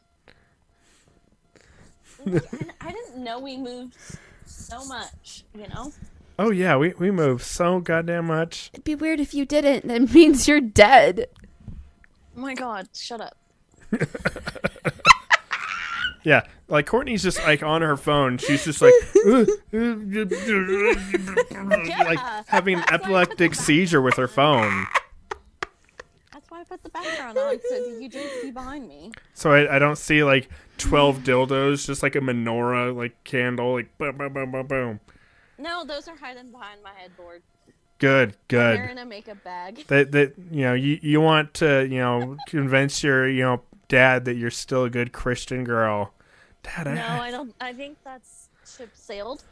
Speaker 2: I didn't know we moved so much. You know,
Speaker 1: Oh yeah, we we move so goddamn much.
Speaker 4: It'd be weird if you didn't. That means you're dead.
Speaker 2: oh my God, shut up.
Speaker 1: Yeah, like Courtney's just like on her phone. She's just like, like having an epileptic seizure with her phone.
Speaker 2: That's why I put the background on so that you didn't see behind me.
Speaker 1: So I, I don't see like twelve dildos, just like a menorah, like candle, like boom, boom, boom, boom, boom.
Speaker 2: No, those are hiding behind my headboard.
Speaker 1: Good,
Speaker 2: They're
Speaker 1: good.
Speaker 2: in a makeup bag.
Speaker 1: That that you know you you want to you know convince your you know dad that you're still a good Christian girl. Dad,
Speaker 2: No,
Speaker 1: I,
Speaker 2: I don't. I think that's ship sailed.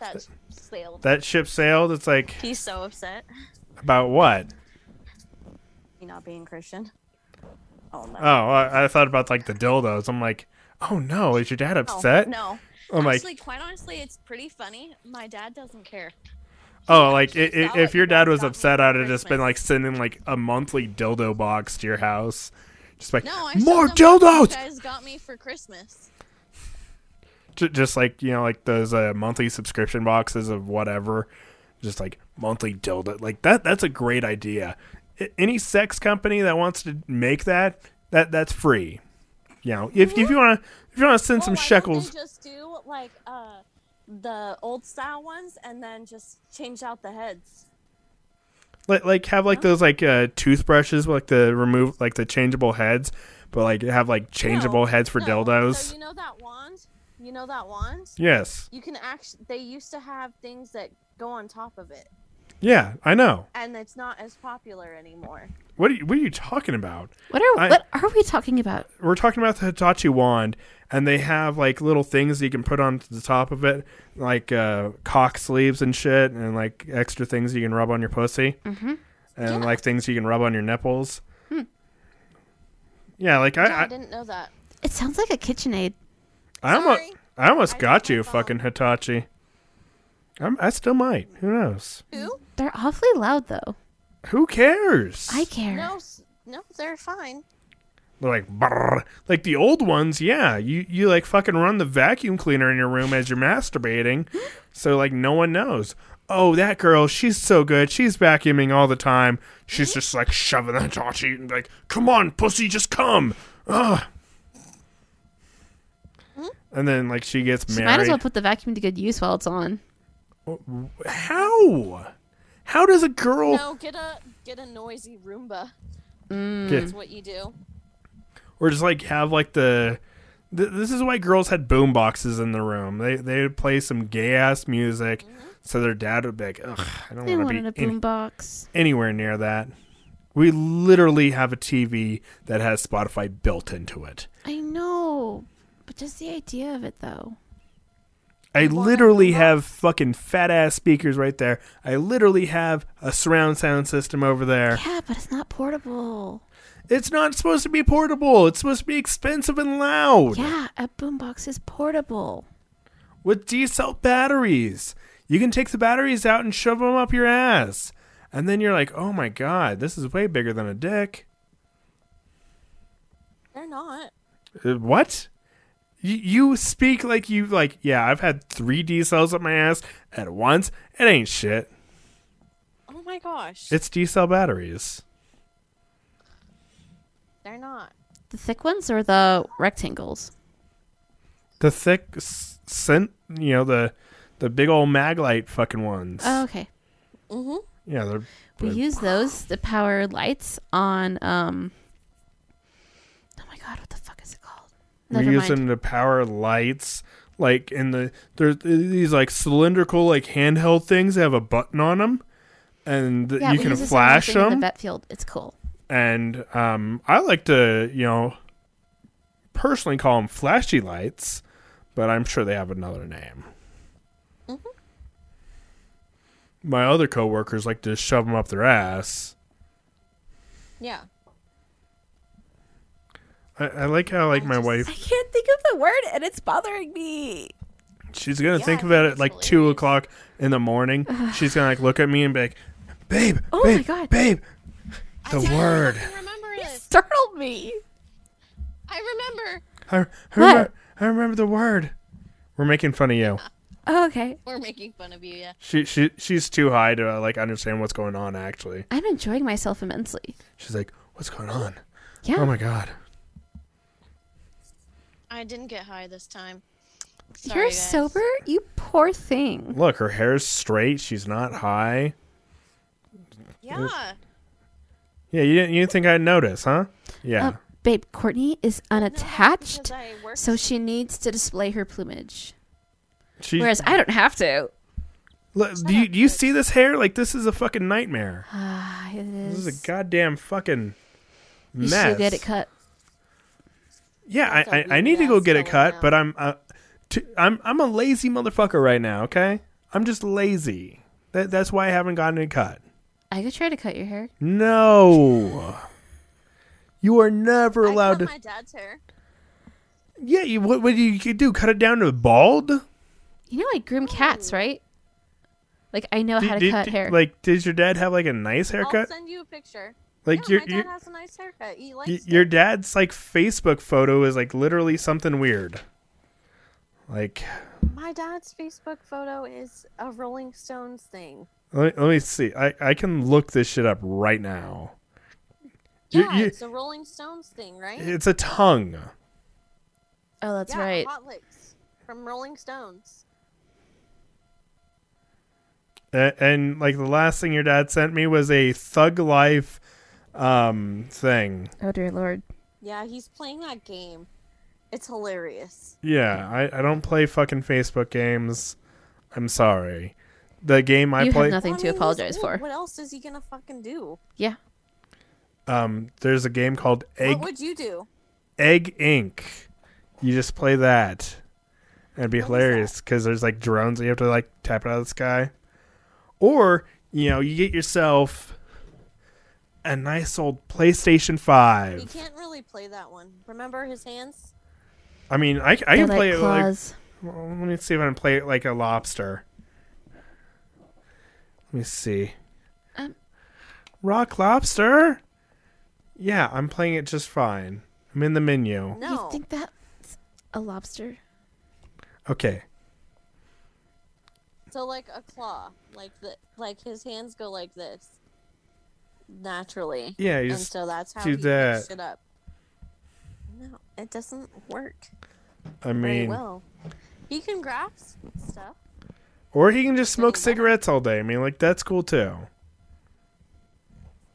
Speaker 2: That's sailed.
Speaker 1: that ship sailed. It's like
Speaker 2: He's so upset.
Speaker 1: about what?
Speaker 2: He not being Christian. Oh no.
Speaker 1: Oh, I, I thought about like the dildos. I'm like, oh no, is your dad
Speaker 2: No,
Speaker 1: upset? Oh
Speaker 2: No.
Speaker 1: I'm like,
Speaker 2: Actually, quite honestly, it's pretty funny. My dad doesn't care.
Speaker 1: oh, like i i
Speaker 2: saw
Speaker 1: if
Speaker 2: it
Speaker 1: your dad
Speaker 2: once
Speaker 1: was
Speaker 2: on me
Speaker 1: upset,
Speaker 2: for
Speaker 1: I'd have just been
Speaker 2: Christmas.
Speaker 1: like sending like a monthly dildo box to your house, just like
Speaker 2: No, I showed
Speaker 1: more
Speaker 2: him what
Speaker 1: dildos,
Speaker 2: You guys got me for Christmas.
Speaker 1: J- just like you know, like those uh, monthly subscription boxes of whatever, just like monthly dildo. Like that, that's a great idea. I- any sex company that wants to make that, that that's free. You know, if if you wanna if you wanna send
Speaker 2: Mm-hmm.
Speaker 1: some
Speaker 2: Oh, why don't
Speaker 1: shekels,
Speaker 2: They just do like uh, the old style ones, and then just change out the heads.
Speaker 1: like like have
Speaker 2: Oh.
Speaker 1: like those like uh toothbrushes with like the remove like the changeable heads but like have like changeable
Speaker 2: No,
Speaker 1: heads for
Speaker 2: no.
Speaker 1: dildos
Speaker 2: So you know that wand? You know that wand?
Speaker 1: yes
Speaker 2: You can actually. They used to have things that go on top of it,
Speaker 1: yeah i know
Speaker 2: and it's not as popular anymore.
Speaker 1: what are you, what are you talking about
Speaker 4: What are
Speaker 1: I-
Speaker 4: what are we talking about?
Speaker 1: we're talking about the hitachi wand and they have like little things that you can put on the top of it like uh cock sleeves and shit and like extra things you can rub on your pussy
Speaker 2: Mm-hmm.
Speaker 1: and like things you can rub on your nipples
Speaker 2: Hmm.
Speaker 1: yeah like
Speaker 2: Yeah, I,
Speaker 1: i i,
Speaker 2: didn't know that.
Speaker 4: It sounds like a KitchenAid.
Speaker 1: I almost
Speaker 2: Sorry.
Speaker 1: I almost
Speaker 2: I
Speaker 1: got
Speaker 2: dropped my
Speaker 1: you,
Speaker 2: phone.
Speaker 1: fucking Hitachi. I'm, I still might. Who knows?
Speaker 2: Who?
Speaker 4: They're awfully loud though.
Speaker 1: Who cares?
Speaker 4: I care.
Speaker 2: No, s- no, they're fine.
Speaker 1: They're like, brrr. like the old ones. Yeah, you you like fucking run the vacuum cleaner in your room as you're masturbating, so like no one knows. Oh, that girl, she's so good. She's vacuuming all the time. She's just like shoving the Hitachi and like, come on, pussy, just come. Ugh. And then like she gets
Speaker 4: She
Speaker 1: married.
Speaker 4: might as well put the vacuum to good use while it's on.
Speaker 1: How? How does a girl?
Speaker 2: No, get a get a noisy Roomba.
Speaker 1: Get-
Speaker 2: That's
Speaker 4: Mm.
Speaker 2: what you do.
Speaker 1: or just like have like the th- this is why girls had boom boxes in the room. They they would play some gay ass music, so their dad would be like, "Ugh, I
Speaker 4: They
Speaker 1: don't want to
Speaker 4: wanted
Speaker 1: be
Speaker 4: a
Speaker 1: any-
Speaker 4: boombox.
Speaker 1: anywhere near that." We literally have a TV that has Spotify built into it.
Speaker 4: I know, but just the idea of it though.
Speaker 1: I literally have fucking fat ass speakers right there. I literally have a surround sound system over there.
Speaker 4: Yeah, but it's not portable.
Speaker 1: It's not supposed to be portable. It's supposed to be expensive and loud.
Speaker 4: Yeah, a boombox is portable.
Speaker 1: with D cell batteries. You can take the batteries out and shove them up your ass. And then you're like, oh my god, this is way bigger than a dick.
Speaker 2: They're not.
Speaker 1: Uh, What? You, you speak like you like. Yeah, I've had three D cells up my ass at once. It ain't shit.
Speaker 2: Oh my gosh.
Speaker 1: It's D cell batteries.
Speaker 2: They're not.
Speaker 4: The thick ones or the rectangles?
Speaker 1: The thick s- scent, you know the the big old maglite fucking ones.
Speaker 4: Oh, okay.
Speaker 2: Mm-hmm.
Speaker 1: yeah, they're
Speaker 4: We
Speaker 1: But-
Speaker 4: use those to power lights on. um Oh my god, what the fuck is it called? Never
Speaker 1: we're
Speaker 4: mind.
Speaker 1: using the power lights. Like in the there's these like cylindrical like handheld things that have a button on them, and
Speaker 4: Yeah,
Speaker 1: you
Speaker 4: we
Speaker 1: can
Speaker 4: use this on
Speaker 1: flash
Speaker 4: thing at
Speaker 1: them.
Speaker 4: The vet field. It's cool.
Speaker 1: and um, I like to, you know, personally call them flashy lights, but I'm sure they have another name.
Speaker 4: Mm-hmm.
Speaker 1: My other coworkers like to shove them up their ass.
Speaker 2: Yeah.
Speaker 1: I, I like how like my
Speaker 4: I
Speaker 1: wife,
Speaker 4: can't think of the word, and it's bothering me.
Speaker 1: she's gonna
Speaker 2: Yeah,
Speaker 1: think
Speaker 2: I
Speaker 1: about
Speaker 2: think
Speaker 1: it
Speaker 2: it's
Speaker 1: like two
Speaker 2: hilarious.
Speaker 1: o'clock in the morning. she's gonna like look at me and be like, "Babe,
Speaker 4: Oh my
Speaker 1: babe,
Speaker 4: God.
Speaker 1: babe." The
Speaker 2: I
Speaker 1: word.
Speaker 2: I remember
Speaker 4: You
Speaker 2: this.
Speaker 4: startled me.
Speaker 2: I remember.
Speaker 1: I, I remember, I remember the word. We're making fun of you.
Speaker 4: Oh, okay.
Speaker 2: We're making fun of you, yeah.
Speaker 1: She she she's too high to uh, like understand what's going on. Actually,
Speaker 4: I'm enjoying myself immensely.
Speaker 1: she's like, "What's going on?
Speaker 4: Yeah.
Speaker 1: Oh my god!"
Speaker 2: I didn't get high this time. Sorry,
Speaker 4: You're
Speaker 2: guys.
Speaker 4: sober? You poor thing.
Speaker 1: Look, her hair's straight. She's not high.
Speaker 2: Yeah.
Speaker 1: Yeah, you didn't you didn't think I'd notice, huh? Yeah,
Speaker 4: Um, babe, Courtney is
Speaker 2: Because
Speaker 4: unattached,
Speaker 2: I worked
Speaker 4: so she needs to display her plumage.
Speaker 1: she.
Speaker 4: Whereas I don't have to.
Speaker 1: Look, do you do you see this hair? Like this is a fucking nightmare.
Speaker 4: Ah, it
Speaker 1: This
Speaker 4: is.
Speaker 1: is a goddamn fucking
Speaker 4: you
Speaker 1: mess.
Speaker 4: should get it cut.
Speaker 1: Yeah,
Speaker 2: That's
Speaker 1: I,
Speaker 2: a
Speaker 1: I, I need to go
Speaker 2: weird-ass
Speaker 1: get it
Speaker 2: fellow
Speaker 1: cut,
Speaker 2: now.
Speaker 1: but I'm uh, t- I'm I'm a lazy motherfucker right now. Okay, I'm just lazy. That that's why I haven't gotten it cut.
Speaker 4: I could try to cut your hair.
Speaker 1: No. You are never
Speaker 2: I
Speaker 1: allowed to.
Speaker 2: cut my dad's hair.
Speaker 1: Yeah, you, what what do you could do? Cut it down to bald?
Speaker 4: You know, I groom cats, right? Like I know how to
Speaker 1: Did-
Speaker 4: cut
Speaker 1: did-
Speaker 4: hair.
Speaker 1: Like, does your dad have like a nice
Speaker 2: I'll
Speaker 1: haircut?
Speaker 2: send you a picture.
Speaker 1: Like
Speaker 2: yeah,
Speaker 1: your
Speaker 2: my dad
Speaker 1: your,
Speaker 2: has a nice haircut. He likes
Speaker 1: y-
Speaker 2: it.
Speaker 1: your dad's like Facebook photo is like literally something weird. Like,
Speaker 2: My dad's Facebook photo is a Rolling Stones thing.
Speaker 1: let me, let me see. I I can look this shit up right now. You-
Speaker 2: Yeah,
Speaker 1: you-
Speaker 2: it's a Rolling Stones thing, right?
Speaker 1: it's a tongue.
Speaker 4: oh, that's
Speaker 2: yeah,
Speaker 4: right.
Speaker 2: Hot Licks from Rolling Stones.
Speaker 1: A- and like the last thing your dad sent me was a thug life um thing.
Speaker 4: Oh dear lord.
Speaker 2: Yeah, he's playing that game. It's hilarious.
Speaker 1: Yeah, I, I don't play fucking Facebook games. I'm sorry. The game I
Speaker 4: you
Speaker 1: play
Speaker 4: have nothing
Speaker 2: Well, I
Speaker 4: to
Speaker 2: mean, he's
Speaker 4: apologize
Speaker 2: old.
Speaker 4: for.
Speaker 2: What else is he gonna fucking do?
Speaker 4: Yeah.
Speaker 1: um there's a game called Egg
Speaker 2: What would you do?
Speaker 1: Egg Inc. You just play that. It'd be hilarious because there's like drones that you have to like tap it out of the sky. Or, you know, you get yourself a nice old PlayStation
Speaker 2: He
Speaker 1: 5.
Speaker 2: can't really play that one. Remember his hands?
Speaker 1: I mean, I, c- I
Speaker 4: They're
Speaker 1: can play
Speaker 4: like
Speaker 1: it like
Speaker 4: claws.
Speaker 1: Well, let me see if I can play it like a lobster. Let me see.
Speaker 4: Um.
Speaker 1: Rock lobster? Yeah, I'm playing it just fine. I'm in the menu.
Speaker 2: No.
Speaker 4: You think that's a lobster?
Speaker 1: Okay.
Speaker 2: So like a claw, like the like his hands go like this naturally,
Speaker 1: Yeah, you
Speaker 2: and
Speaker 1: just
Speaker 2: so that's how
Speaker 1: do
Speaker 2: he
Speaker 1: that.
Speaker 2: picks it up. No, it doesn't work
Speaker 1: I
Speaker 2: very
Speaker 1: mean,
Speaker 2: well. He can grasp stuff.
Speaker 1: or he can just smoke
Speaker 2: Very well.
Speaker 1: cigarettes all day. I mean, like that's cool too.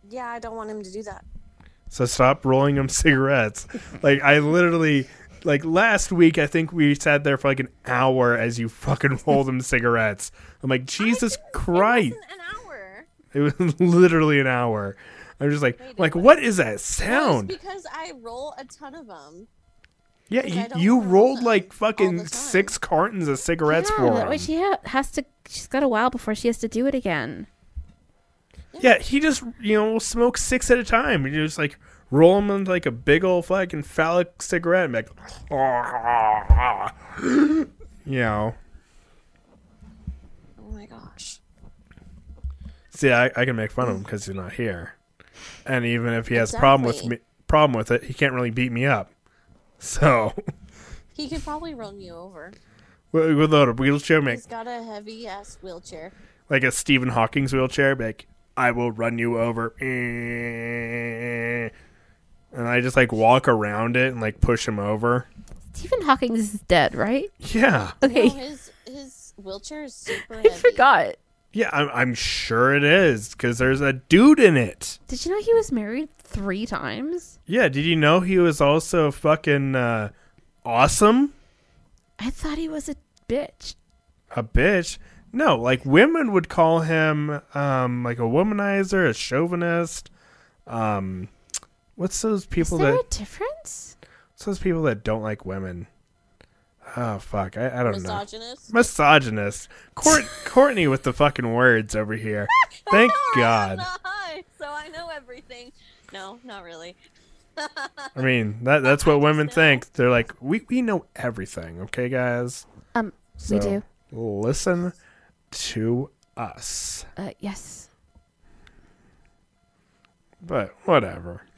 Speaker 2: Yeah, I don't want him to do that.
Speaker 1: So stop rolling them cigarettes. like I literally like last week I think we sat there for like an hour as you fucking rolled them cigarettes. I'm like, Jesus Christ.
Speaker 2: It wasn't an hour.
Speaker 1: It was literally an hour. I'm just like,
Speaker 2: Wait, it
Speaker 1: like
Speaker 2: was-
Speaker 1: what is that
Speaker 2: No, it's
Speaker 1: sound?
Speaker 2: because I roll a ton of them.
Speaker 1: Yeah,
Speaker 2: because
Speaker 1: you,
Speaker 2: I don't
Speaker 1: you
Speaker 2: wanna roll
Speaker 1: rolled
Speaker 2: them
Speaker 1: like
Speaker 2: all
Speaker 1: fucking
Speaker 2: the time.
Speaker 1: six cartons of cigarettes
Speaker 4: yeah,
Speaker 1: for
Speaker 4: that way
Speaker 1: him.
Speaker 4: she ha- has to. She's got a while before she has to do it again.
Speaker 1: yeah, he just you know will smoke six at a time. You just like roll them into like a big old fucking phallic cigarette and be like, you know.
Speaker 2: Oh my gosh.
Speaker 1: See, I, I can make fun of him because he's not here, and even if he has a problem with me,
Speaker 2: Exactly.
Speaker 1: problem with it, he can't really beat me up So,
Speaker 2: He could probably run you over.
Speaker 1: with with a wheelchair, make
Speaker 2: He's got a heavy ass wheelchair.
Speaker 1: like a Stephen Hawking's wheelchair, be like I will run you over, and I just like walk around it and like push him over.
Speaker 3: Stephen Hawking is dead, right?
Speaker 1: Yeah,
Speaker 3: Okay,
Speaker 2: No, his his wheelchair is super
Speaker 3: I
Speaker 2: heavy.
Speaker 3: forgot.
Speaker 1: yeah, I'm, I'm sure it is because there's a dude in it.
Speaker 3: Did you know he was married three times?
Speaker 1: Yeah, did you know he was also fucking uh, awesome?
Speaker 3: I thought he was a bitch.
Speaker 1: A bitch. No, like women would call him um, like a womanizer, a chauvinist. Um, what's those
Speaker 3: Is
Speaker 1: people
Speaker 3: there
Speaker 1: that
Speaker 3: a difference?
Speaker 1: It's those people that don't like women. Oh fuck, I, I don't know.
Speaker 2: Misogynist.
Speaker 1: Misogynist. Court, Courtney with the fucking words over here. Thank God.
Speaker 2: Not I, so I know everything. No, not really.
Speaker 1: I mean, that that's what women
Speaker 2: know.
Speaker 1: think. They're like, we we know everything, okay, guys.
Speaker 3: Um,
Speaker 1: So
Speaker 3: we do.
Speaker 1: Listen to us.
Speaker 3: Uh, yes.
Speaker 1: But whatever.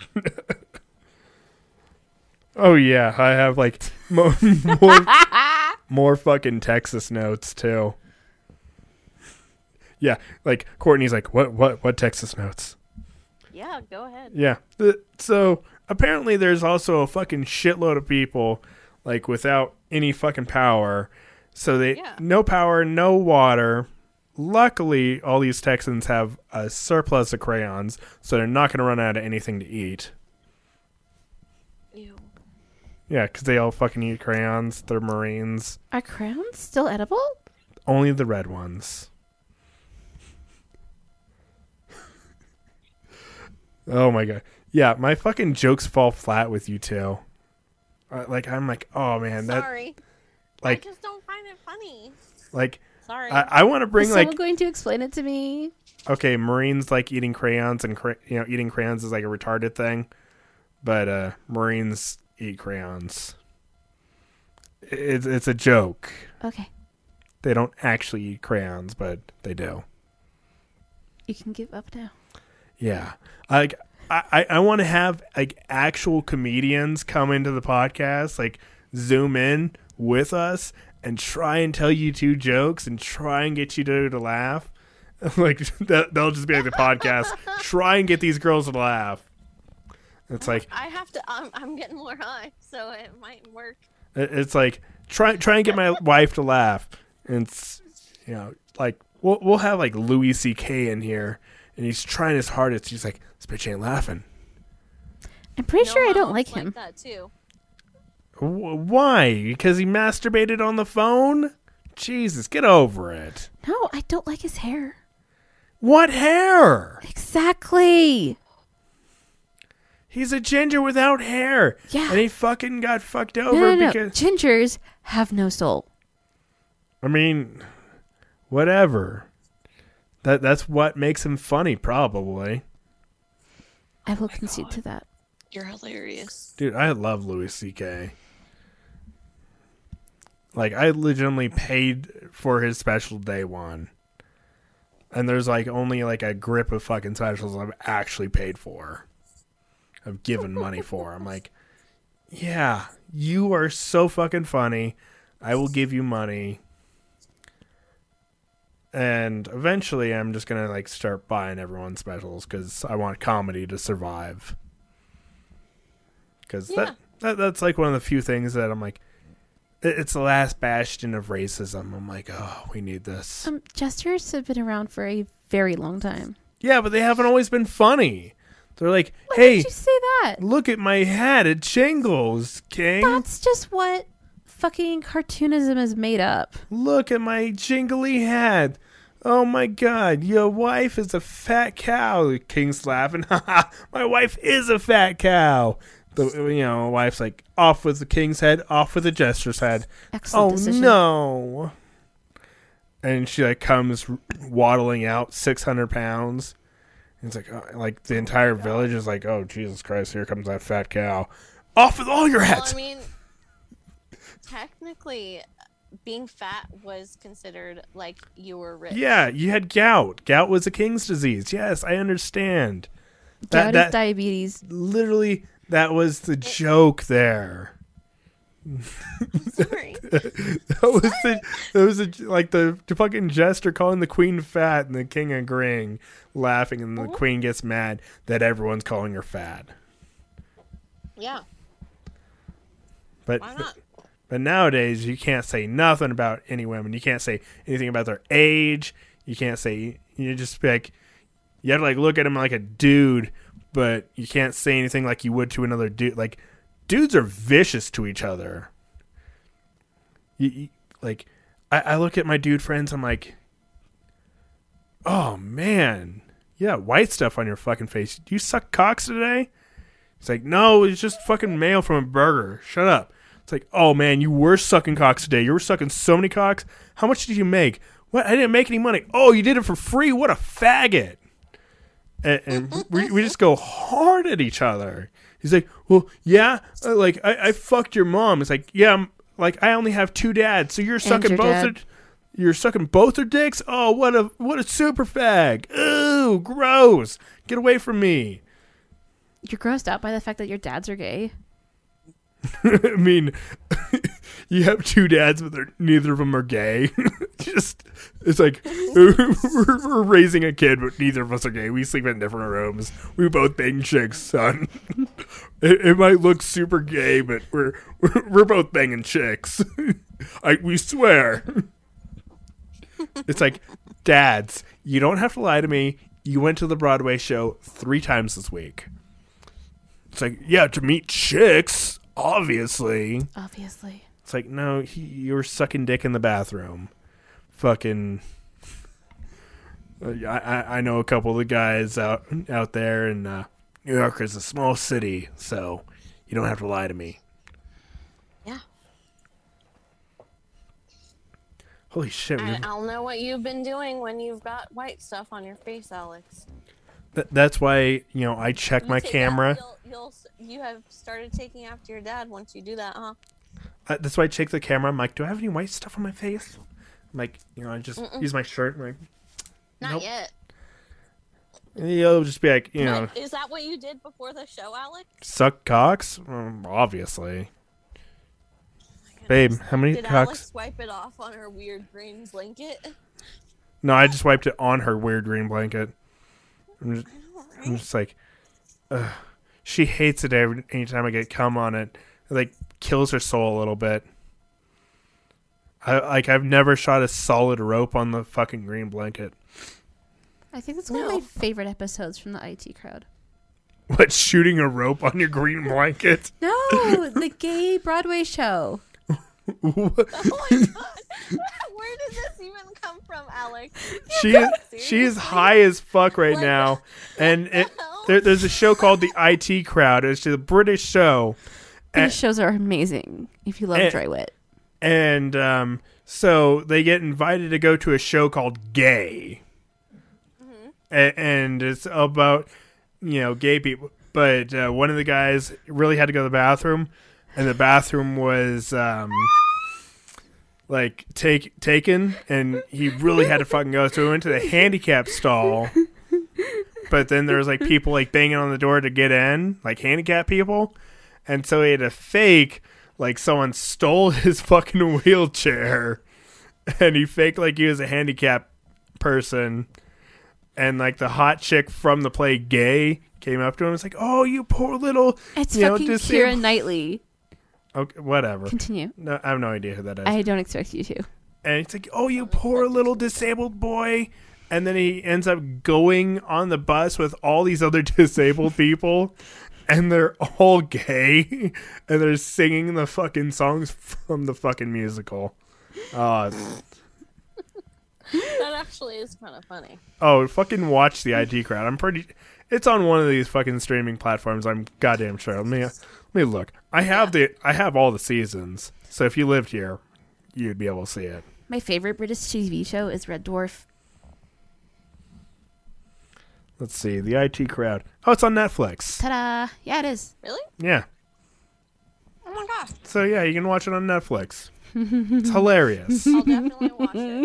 Speaker 1: oh yeah, I have like mo- more more fucking Texas notes too. Yeah, like Courtney's like, what what what Texas notes?
Speaker 2: Yeah, go ahead.
Speaker 1: Yeah. Th- So apparently there's also a fucking shitload of people like without any fucking power. So they
Speaker 2: Yeah.
Speaker 1: no power, no water. Luckily, all these Texans have a surplus of crayons, so they're not going to run out of anything to eat.
Speaker 2: Ew.
Speaker 1: Yeah, because they all fucking eat crayons. They're Marines.
Speaker 3: Are crowns still edible?
Speaker 1: Only the red ones. oh my god. Yeah, my fucking jokes fall flat with you two. Uh, like I'm like, oh man, that
Speaker 2: Sorry,
Speaker 1: like
Speaker 2: I just don't find it funny.
Speaker 1: like
Speaker 2: Sorry.
Speaker 1: I, I want to bring
Speaker 3: Is
Speaker 1: like
Speaker 3: someone going to explain it to me?
Speaker 1: okay, Marines like eating crayons and cra- you know eating crayons is like a retarded thing, but uh Marines eat crayons. It's it's a joke.
Speaker 3: Okay,
Speaker 1: They don't actually eat crayons, but they do.
Speaker 3: you can give up now.
Speaker 1: Yeah, like I, I, I want to have like actual comedians come into the podcast, like zoom in with us and try and tell you two jokes and try and get you to, to laugh. like that, they'll just be like the podcast. try and get these girls to laugh. It's like
Speaker 2: I have to. Um, I'm getting more high, so it might work.
Speaker 1: it- it's like try try and get my wife to laugh. And it's you know like we'll we'll have like Louis C.K. in here, and he's trying his hardest. He's like, "This bitch ain't laughing."
Speaker 3: I'm pretty
Speaker 2: No
Speaker 3: sure I don't
Speaker 2: moms
Speaker 3: like him.
Speaker 2: that too.
Speaker 1: W- Why? Because he masturbated on the phone? Jesus, get over it.
Speaker 3: No, I don't like his hair.
Speaker 1: What hair?
Speaker 3: Exactly.
Speaker 1: He's a ginger without hair.
Speaker 3: Yeah.
Speaker 1: And he fucking got fucked
Speaker 3: No,
Speaker 1: over
Speaker 3: no, no.
Speaker 1: because.
Speaker 3: Gingers have no soul.
Speaker 1: I mean, whatever. That That's what makes him funny, probably.
Speaker 3: I will concede to that.
Speaker 2: You're hilarious.
Speaker 1: Dude, I love Louis C.K. Like, I legitimately paid for his special day one. And there's like only like a grip of fucking specials I've actually paid for. I've given money for. I'm like, yeah, you are so fucking funny. I will give you money. And eventually I'm just going to like start buying everyone's specials cuz I want comedy to survive. Cuz
Speaker 2: Yeah.
Speaker 1: that, that that's like one of the few things that I'm like it- it's the last bastion of racism. I'm like, "Oh, we need this."
Speaker 3: Um, gestures have been around for a very long time.
Speaker 1: Yeah, but they haven't always been funny. They're like,
Speaker 3: Why
Speaker 1: hey,
Speaker 3: did you say that?
Speaker 1: look at my hat. It shingles, King.
Speaker 3: That's just what fucking cartoonism is made up.
Speaker 1: Look at my jingly hat. Oh my god, your wife is a fat cow. King's laughing. Ha ha, my wife is a fat cow. The you know, wife's like off with the king's head, off with the jester's head.
Speaker 3: Excellent
Speaker 1: oh
Speaker 3: decision.
Speaker 1: no. And she like comes waddling out 600 pounds. And It's like uh, like
Speaker 3: Oh
Speaker 1: the entire village is like, "Oh Jesus Christ, here comes that fat cow." Off with all your
Speaker 2: Well,
Speaker 1: hats.
Speaker 2: I mean, technically, being fat was considered like you were rich.
Speaker 1: Yeah, you had gout. Gout was a king's disease. Yes, I understand.
Speaker 3: Gout
Speaker 1: That,
Speaker 3: is
Speaker 1: that
Speaker 3: diabetes.
Speaker 1: literally that was the joke there.
Speaker 2: Sorry.
Speaker 1: that was the, that was the, like the, the fucking jester calling the queen fat and the king agreeing, laughing, and the queen gets mad that everyone's calling her fat.
Speaker 2: yeah.
Speaker 1: But
Speaker 2: Why not?
Speaker 1: but nowadays you can't say nothing about any women. You can't say anything about their age. You can't say you just be like you have to like look at them like a dude, but you can't say anything like you would to another dude. Like dudes are vicious to each other. You, you like I, I look at my dude friends. I'm like, oh man, you got white stuff on your fucking face. Do you suck cocks today? It's like, no, it's just fucking mail from a burger. Shut up. It's like, oh man, you were sucking cocks today. You were sucking so many cocks. How much did you make? What? I didn't make any money. Oh, you did it for free. What a faggot. And, and we, we just go hard at each other. He's like, well, yeah, uh, like I, I fucked your mom. It's like, yeah, I'm, like I only have two dads, so you're sucking
Speaker 3: your
Speaker 1: both.
Speaker 3: dad.
Speaker 1: Their, you're sucking both their dicks. Oh, what a what a super fag. Ooh, gross. Get away from me.
Speaker 3: You're grossed out by the fact that your dads are gay.
Speaker 1: I mean, you have two dads, but they're, neither of them are gay. Just it's like we're, we're raising a kid, but neither of us are gay. We sleep in different rooms. We both bang chicks, son. it, it might look super gay, but we're we're, we're both banging chicks. I we swear. it's like dads. You don't have to lie to me. You went to the Broadway show three times this week. It's like, yeah, to meet chicks, obviously.
Speaker 3: Obviously.
Speaker 1: It's like, no, he, you were sucking dick in the bathroom. Fucking. uh, I, I, I know a couple of the guys out out there, and uh, New York is a small city, so you don't have to lie to me.
Speaker 2: Yeah.
Speaker 1: Holy shit! we-
Speaker 2: I, I'll know what you've been doing when you've got white stuff on your face, Alex.
Speaker 1: Th- that's why you know I check
Speaker 2: You
Speaker 1: my
Speaker 2: take that-
Speaker 1: camera.
Speaker 2: You'll, you'll s- you have started taking after your dad once you do that, huh?
Speaker 1: Uh, that's why I check the camera. I'm like, do I have any white stuff on my face? I'm like, you know, I just use my shirt. and like,
Speaker 2: Not
Speaker 1: Nope.
Speaker 2: yet.
Speaker 1: you'll just be like, you know.
Speaker 2: But is that what you did before the show, Alex?
Speaker 1: suck cocks? Um, obviously. Babe, how many
Speaker 2: Oh Did
Speaker 1: cocks?
Speaker 2: Alex wipe it off on her weird green blanket?
Speaker 1: No, I just wiped it on her weird green blanket. I'm just, I'm
Speaker 2: Alright.
Speaker 1: just like, ugh. she hates it every anytime I get cum on it. It like kills her soul a little bit. I like I've never shot a solid rope on the fucking green blanket.
Speaker 4: I think that's one of
Speaker 2: No.
Speaker 4: my favorite episodes from the IT crowd.
Speaker 1: What shooting a rope on your green blanket?
Speaker 4: No, the gay Broadway show.
Speaker 1: What?
Speaker 2: Oh my god! Where did this even come from, Alex?
Speaker 1: she is she is high as fuck right now, and it,
Speaker 2: hell?
Speaker 1: there, there's a show called the IT Crowd. It's a British show,
Speaker 4: These
Speaker 1: Eh.
Speaker 4: shows are amazing. If you love
Speaker 1: Eh.
Speaker 4: dry wit,
Speaker 1: and um, so they get invited to go to a show called Gay, A- and it's about you know gay people. But uh, one of the guys really had to go to the bathroom, and the bathroom was um, like take taken, and he really had to fucking go. So we went to the handicap stall. But then there was like people like banging on the door to get in, like handicap people, and so he had to fake like someone stole his fucking wheelchair, and he faked like he was a handicap person, and like the hot chick from the play Gay came up to him and was like, "Oh, you poor little
Speaker 4: it's
Speaker 1: you know,
Speaker 4: fucking
Speaker 1: disabled-
Speaker 4: Kira Knightley.
Speaker 1: Okay, whatever.
Speaker 4: Continue.
Speaker 1: No, I have no idea who that is.
Speaker 4: I don't expect you to.
Speaker 1: and it's like, oh, you poor little disabled boy. And then he ends up going on the bus with all these other disabled people, and they're all gay, and they're singing the fucking songs from the fucking musical. Uh,
Speaker 2: That actually is kind of funny.
Speaker 1: oh, fucking watch the ID crowd. I'm pretty. It's on one of these fucking streaming platforms. I'm goddamn sure. Let me let me look. I have the I have all the seasons. So if you lived here, you'd be able to see it.
Speaker 4: My favorite British TV show is Red Dwarf.
Speaker 1: Let's see the IT crowd. Oh, it's on Netflix.
Speaker 4: Ta-da! Yeah, it is.
Speaker 2: Really?
Speaker 1: Yeah.
Speaker 2: Oh my gosh!
Speaker 1: So yeah, you can watch it on Netflix. It's hilarious,
Speaker 2: I'll definitely watch it.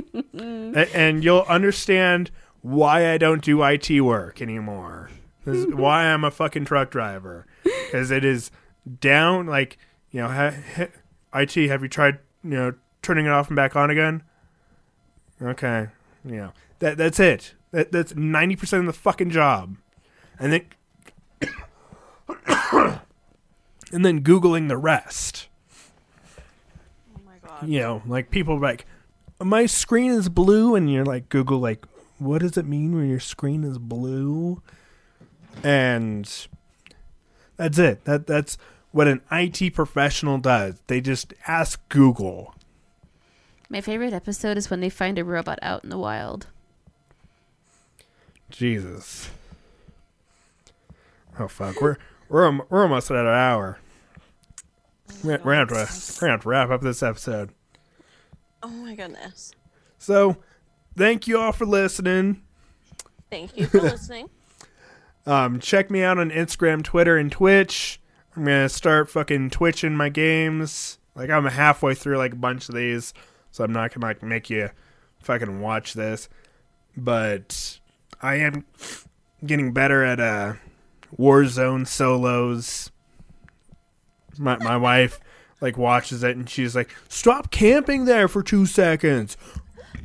Speaker 1: A- and you'll understand why I don't do IT work anymore. This is why I'm a fucking truck driver, because it is down like you know. Ha- ha- IT, have you tried, you know, turning it off and back on again? Okay. Yeah. That that's it. That that's 90% of the fucking job. And then and then googling the rest.
Speaker 2: Oh my god.
Speaker 1: You know, like people are like my screen is blue and you're like Google like what does it mean when your screen is blue? And that's it. That that's what an IT professional does. They just ask Google.
Speaker 4: My favorite episode is when they find a robot out in the wild.
Speaker 1: Jesus. Oh fuck, we're we're al- we're almost at an hour. We're, we're gonna have to we're gonna have to wrap up this episode.
Speaker 2: Oh my goodness.
Speaker 1: So, thank you all for listening.
Speaker 2: Thank you for listening.
Speaker 1: Um, check me out on Instagram, Twitter, and Twitch. I'm gonna start fucking twitching my games. Like I'm halfway through like a bunch of these, so I'm not gonna like make you fucking watch this. But I am getting better at uh Warzone solos. My my wife like watches it and she's like, Stop camping there for two seconds.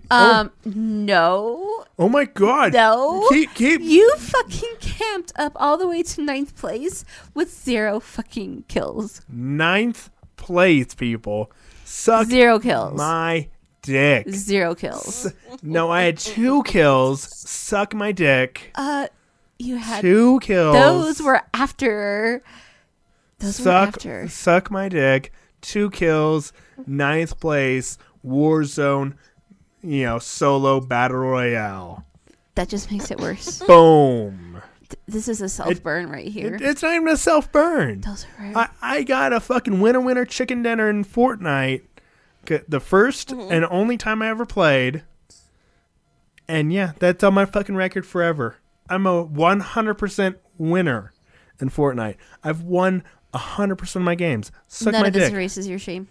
Speaker 4: Um, no,
Speaker 1: Oh my god.
Speaker 4: no.
Speaker 1: Keep keep
Speaker 4: You fucking camped up all the way to ninth place with zero fucking kills.
Speaker 1: ninth place, people. Suck
Speaker 4: Zero kills.
Speaker 1: my dick.
Speaker 4: Zero kills.
Speaker 1: No, I had two kills. Suck my dick.
Speaker 4: Uh, you had
Speaker 1: Two kills.
Speaker 4: those were after. Those were
Speaker 1: suck.
Speaker 4: after.
Speaker 1: Suck my dick. Two kills. Ninth place. Warzone. You know, solo battle royale.
Speaker 4: That just makes it worse.
Speaker 1: Boom.
Speaker 4: Th- this is a self burn right here.
Speaker 1: It- it's not even a self burn.
Speaker 4: those are
Speaker 1: I, I got a fucking winner winner chicken dinner in Fortnite. K- The 1st
Speaker 4: Mm-hmm.
Speaker 1: and only time I ever played. And yeah, that's on my fucking record forever. I'm a 100% winner in Fortnite. I've won 100% of my games. Suck
Speaker 4: none
Speaker 1: my
Speaker 4: of this
Speaker 1: dick.
Speaker 4: erases your shame.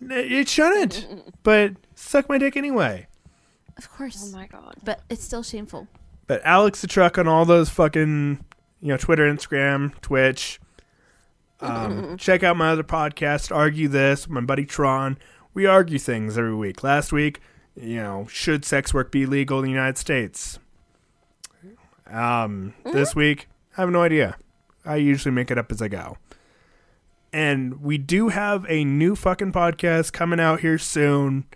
Speaker 1: N- it shouldn't, but suck my dick anyway.
Speaker 4: Of course.
Speaker 2: Oh my god.
Speaker 4: but it's still shameful.
Speaker 1: But Alex the Truck on all those fucking, you know, Twitter, Instagram, Twitch. Um, check out my other podcast, Argue This, with my buddy Tron. We argue things every week. Last week, you know, should sex work be legal in the United States? Um, This week, I have no idea. I usually make it up as I go. And we do have a new fucking podcast coming out here soon.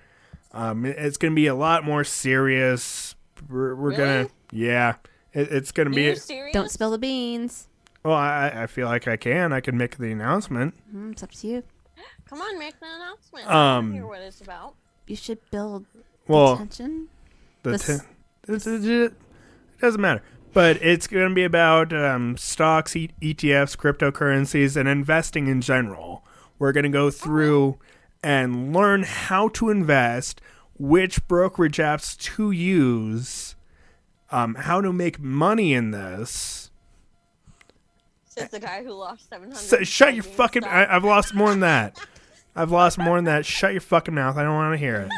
Speaker 1: Um, it- it's gonna be a lot more serious. We're, we're gonna, yeah, it, it's gonna
Speaker 2: Are
Speaker 1: be.
Speaker 2: you serious?
Speaker 4: Don't spill the beans.
Speaker 1: Well, I, I feel like I can. I can make the announcement.
Speaker 4: Mm, it's up to you.
Speaker 2: Come on, make an announcement.
Speaker 1: Um,
Speaker 2: I hear what it's about.
Speaker 4: You should build
Speaker 1: Well,
Speaker 4: attention.
Speaker 1: the
Speaker 4: this-
Speaker 1: ten- this is it doesn't matter. But it's going to be about um, stocks, e- ETFs, cryptocurrencies, and investing in general. We're going to go through and learn how to invest, which brokerage apps to use, um, how to make money in this.
Speaker 2: Says the guy who lost seven hundred.
Speaker 1: So, shut your fucking. I, I've lost more than that. I've lost more than that. Shut your fucking mouth. I don't want to hear it.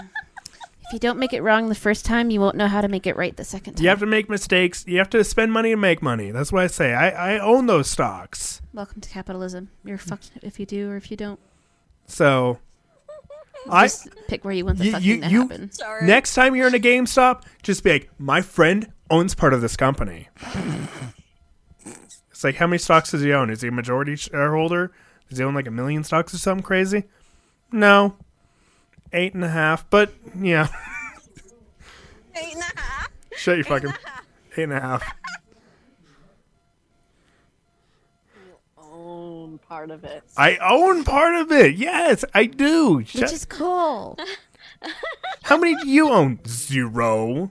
Speaker 4: If you don't make it wrong the first time, you won't know how to make it right the second time.
Speaker 1: You have to make mistakes. You have to spend money to make money. That's what I say. I, I own those stocks.
Speaker 4: Welcome to capitalism. You're fucked if you do or if you don't.
Speaker 1: So, I
Speaker 4: Just pick where you want the
Speaker 1: You-
Speaker 4: fucking
Speaker 1: you-
Speaker 4: to
Speaker 1: you-
Speaker 4: happen.
Speaker 2: Sorry.
Speaker 1: next time you're in a GameStop, just be like, my friend owns part of this company. it's like, how many stocks does he own? Is he a majority shareholder? Does he own like a million stocks or something crazy? No, eight and a half. But yeah,
Speaker 2: Eight and a half.
Speaker 1: shut your fucking eight and a half.
Speaker 2: Own part of it.
Speaker 1: I own part of it. Yes, I do. Shut-
Speaker 4: Which is cool.
Speaker 1: how many do you own? Zero.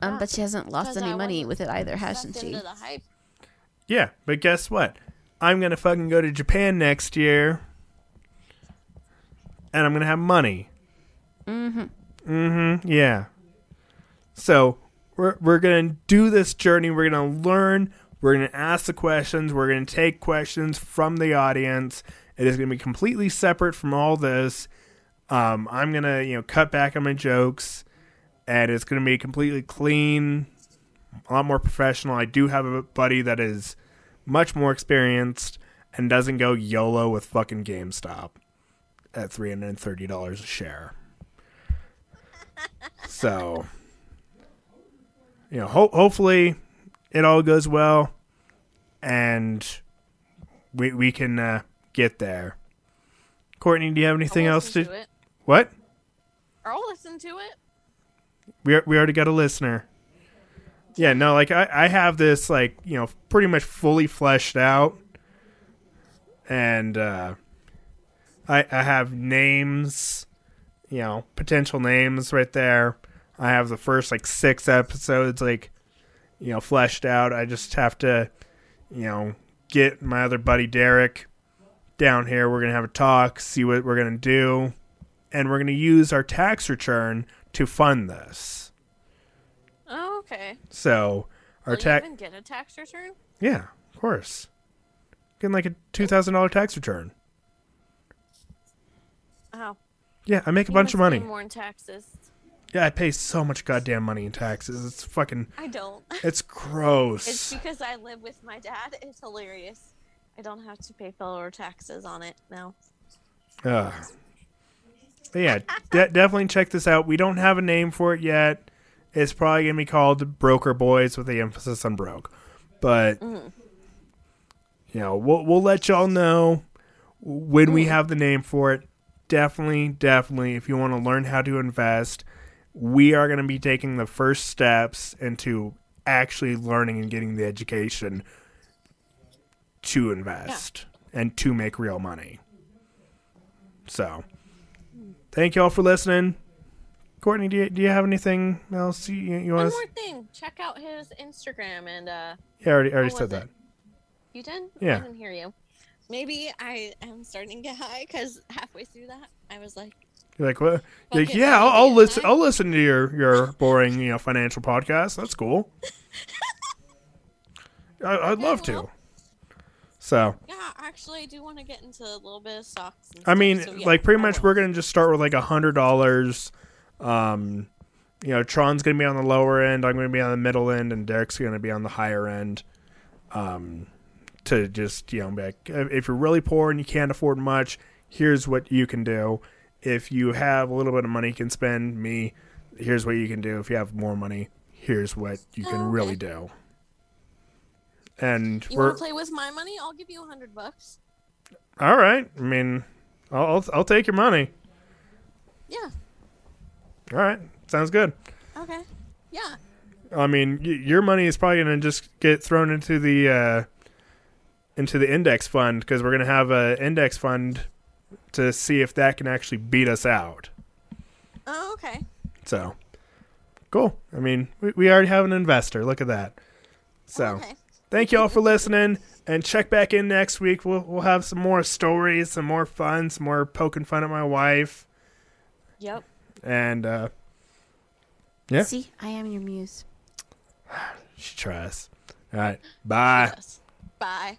Speaker 4: Um, but she hasn't lost
Speaker 2: Because
Speaker 4: any
Speaker 2: I
Speaker 4: money
Speaker 2: wasn't
Speaker 4: with it either, hasn't
Speaker 2: Sucked
Speaker 4: she?
Speaker 2: into the hype.
Speaker 1: Yeah, but guess what? I'm gonna fucking go to Japan next year, and I'm gonna have money. Mm-hmm. Mm-hmm. Yeah. So we're we're gonna do this journey. We're gonna learn. We're gonna ask the questions. We're gonna take questions from the audience. It is gonna be completely separate from all this. Um, I'm gonna you know cut back on my jokes, and it's gonna be completely clean a lot more professional. I do have a buddy that is much more experienced and doesn't go YOLO with fucking GameStop. at three hundred and thirty dollars a share. So, you know, ho- hopefully it all goes well, and we we can uh, get there. Courtney, do you have anything
Speaker 2: I'll
Speaker 1: else to?
Speaker 2: listen it.
Speaker 1: What?
Speaker 2: I'll listen to it.
Speaker 1: We we already got a listener. Yeah, no, like I, I have this like you know pretty much fully fleshed out, and uh, I I have names, you know potential names right there. I have the first like six episodes like you know fleshed out. I just have to you know get my other buddy Derek down here. We're gonna have a talk, see what we're gonna do and we're going to use our tax return to fund this.
Speaker 2: Oh, okay.
Speaker 1: So our
Speaker 2: Will you
Speaker 1: tax,
Speaker 2: even get a tax return?
Speaker 1: yeah, of course, getting like a two thousand dollar tax return.
Speaker 2: Oh,
Speaker 1: Yeah, I make a
Speaker 2: you
Speaker 1: bunch of
Speaker 2: must pay
Speaker 1: money.
Speaker 2: More in taxes.
Speaker 1: Yeah, I pay so much goddamn money in taxes. It's fucking,
Speaker 2: I don't.
Speaker 1: it's gross.
Speaker 2: It's because I live with my dad. It's hilarious. I don't have to pay federal taxes on it now.
Speaker 1: Ugh. But yeah, de- definitely check this out. We don't have a name for it yet. It's probably gonna be called Broker Boys with the emphasis on broke. But
Speaker 2: Mm-hmm.
Speaker 1: you know, we'll we'll let y'all know when
Speaker 2: Mm.
Speaker 1: we have the name for it. Definitely, definitely. If you want to learn how to invest, we are gonna be taking the first steps into actually learning and getting the education to invest and to make real money. So, thank you all for listening. Courtney, do you, do you have anything else you, you
Speaker 2: One
Speaker 1: want
Speaker 2: more
Speaker 1: to?
Speaker 2: thing. Check out his Instagram and uh,
Speaker 1: Yeah, I already, I already
Speaker 2: What
Speaker 1: said
Speaker 2: was
Speaker 1: that.
Speaker 2: it? you did.
Speaker 1: Yeah.
Speaker 2: I didn't hear you. Maybe I am starting to get high because halfway through that I was like,
Speaker 1: You're like what? You're like
Speaker 2: Okay,
Speaker 1: yeah,
Speaker 2: I'll
Speaker 1: I'll, I'll
Speaker 2: be
Speaker 1: listen.
Speaker 2: back.
Speaker 1: I'll listen to your your boring you know financial podcast. That's cool. I, I'd love to.
Speaker 2: well.
Speaker 1: So
Speaker 2: yeah, actually, I do want to get into a little bit of stocks. And
Speaker 1: I
Speaker 2: stuff,
Speaker 1: mean,
Speaker 2: so yeah,
Speaker 1: like pretty
Speaker 2: I
Speaker 1: much
Speaker 2: will.
Speaker 1: we're gonna just start with like a hundred dollars. Um, you know, Tron's gonna be on the lower end. I'm gonna be on the middle end, and Derek's gonna be on the higher end. Um, to just you know, be like, if if you're really poor and you can't afford much, here's what you can do. If you have a little bit of money you can spend, me, here's what you can do. If you have more money, here's what you can
Speaker 2: Oh, okay.
Speaker 1: really do. And
Speaker 2: You
Speaker 1: we're
Speaker 2: want to play with my money? I'll give you a hundred bucks.
Speaker 1: all right. I mean, I'll, I'll I'll take your money.
Speaker 2: Yeah.
Speaker 1: All right, sounds good.
Speaker 2: Okay. Yeah.
Speaker 1: I mean, y- your money is probably going to just get thrown into the uh, into the index fund because we're going to have an index fund to see if that can actually beat us out.
Speaker 2: Oh, okay.
Speaker 1: So, cool. I mean, we, we already have an investor. Look at that. So,
Speaker 2: Okay.
Speaker 1: thank you all for listening, and check back in next week. We'll we'll have some more stories, some more fun, some more poking fun at my wife,
Speaker 2: Yep.
Speaker 1: and uh, yeah,
Speaker 3: See, I am your muse.
Speaker 1: she tries. All right, bye.
Speaker 2: Yes. Bye.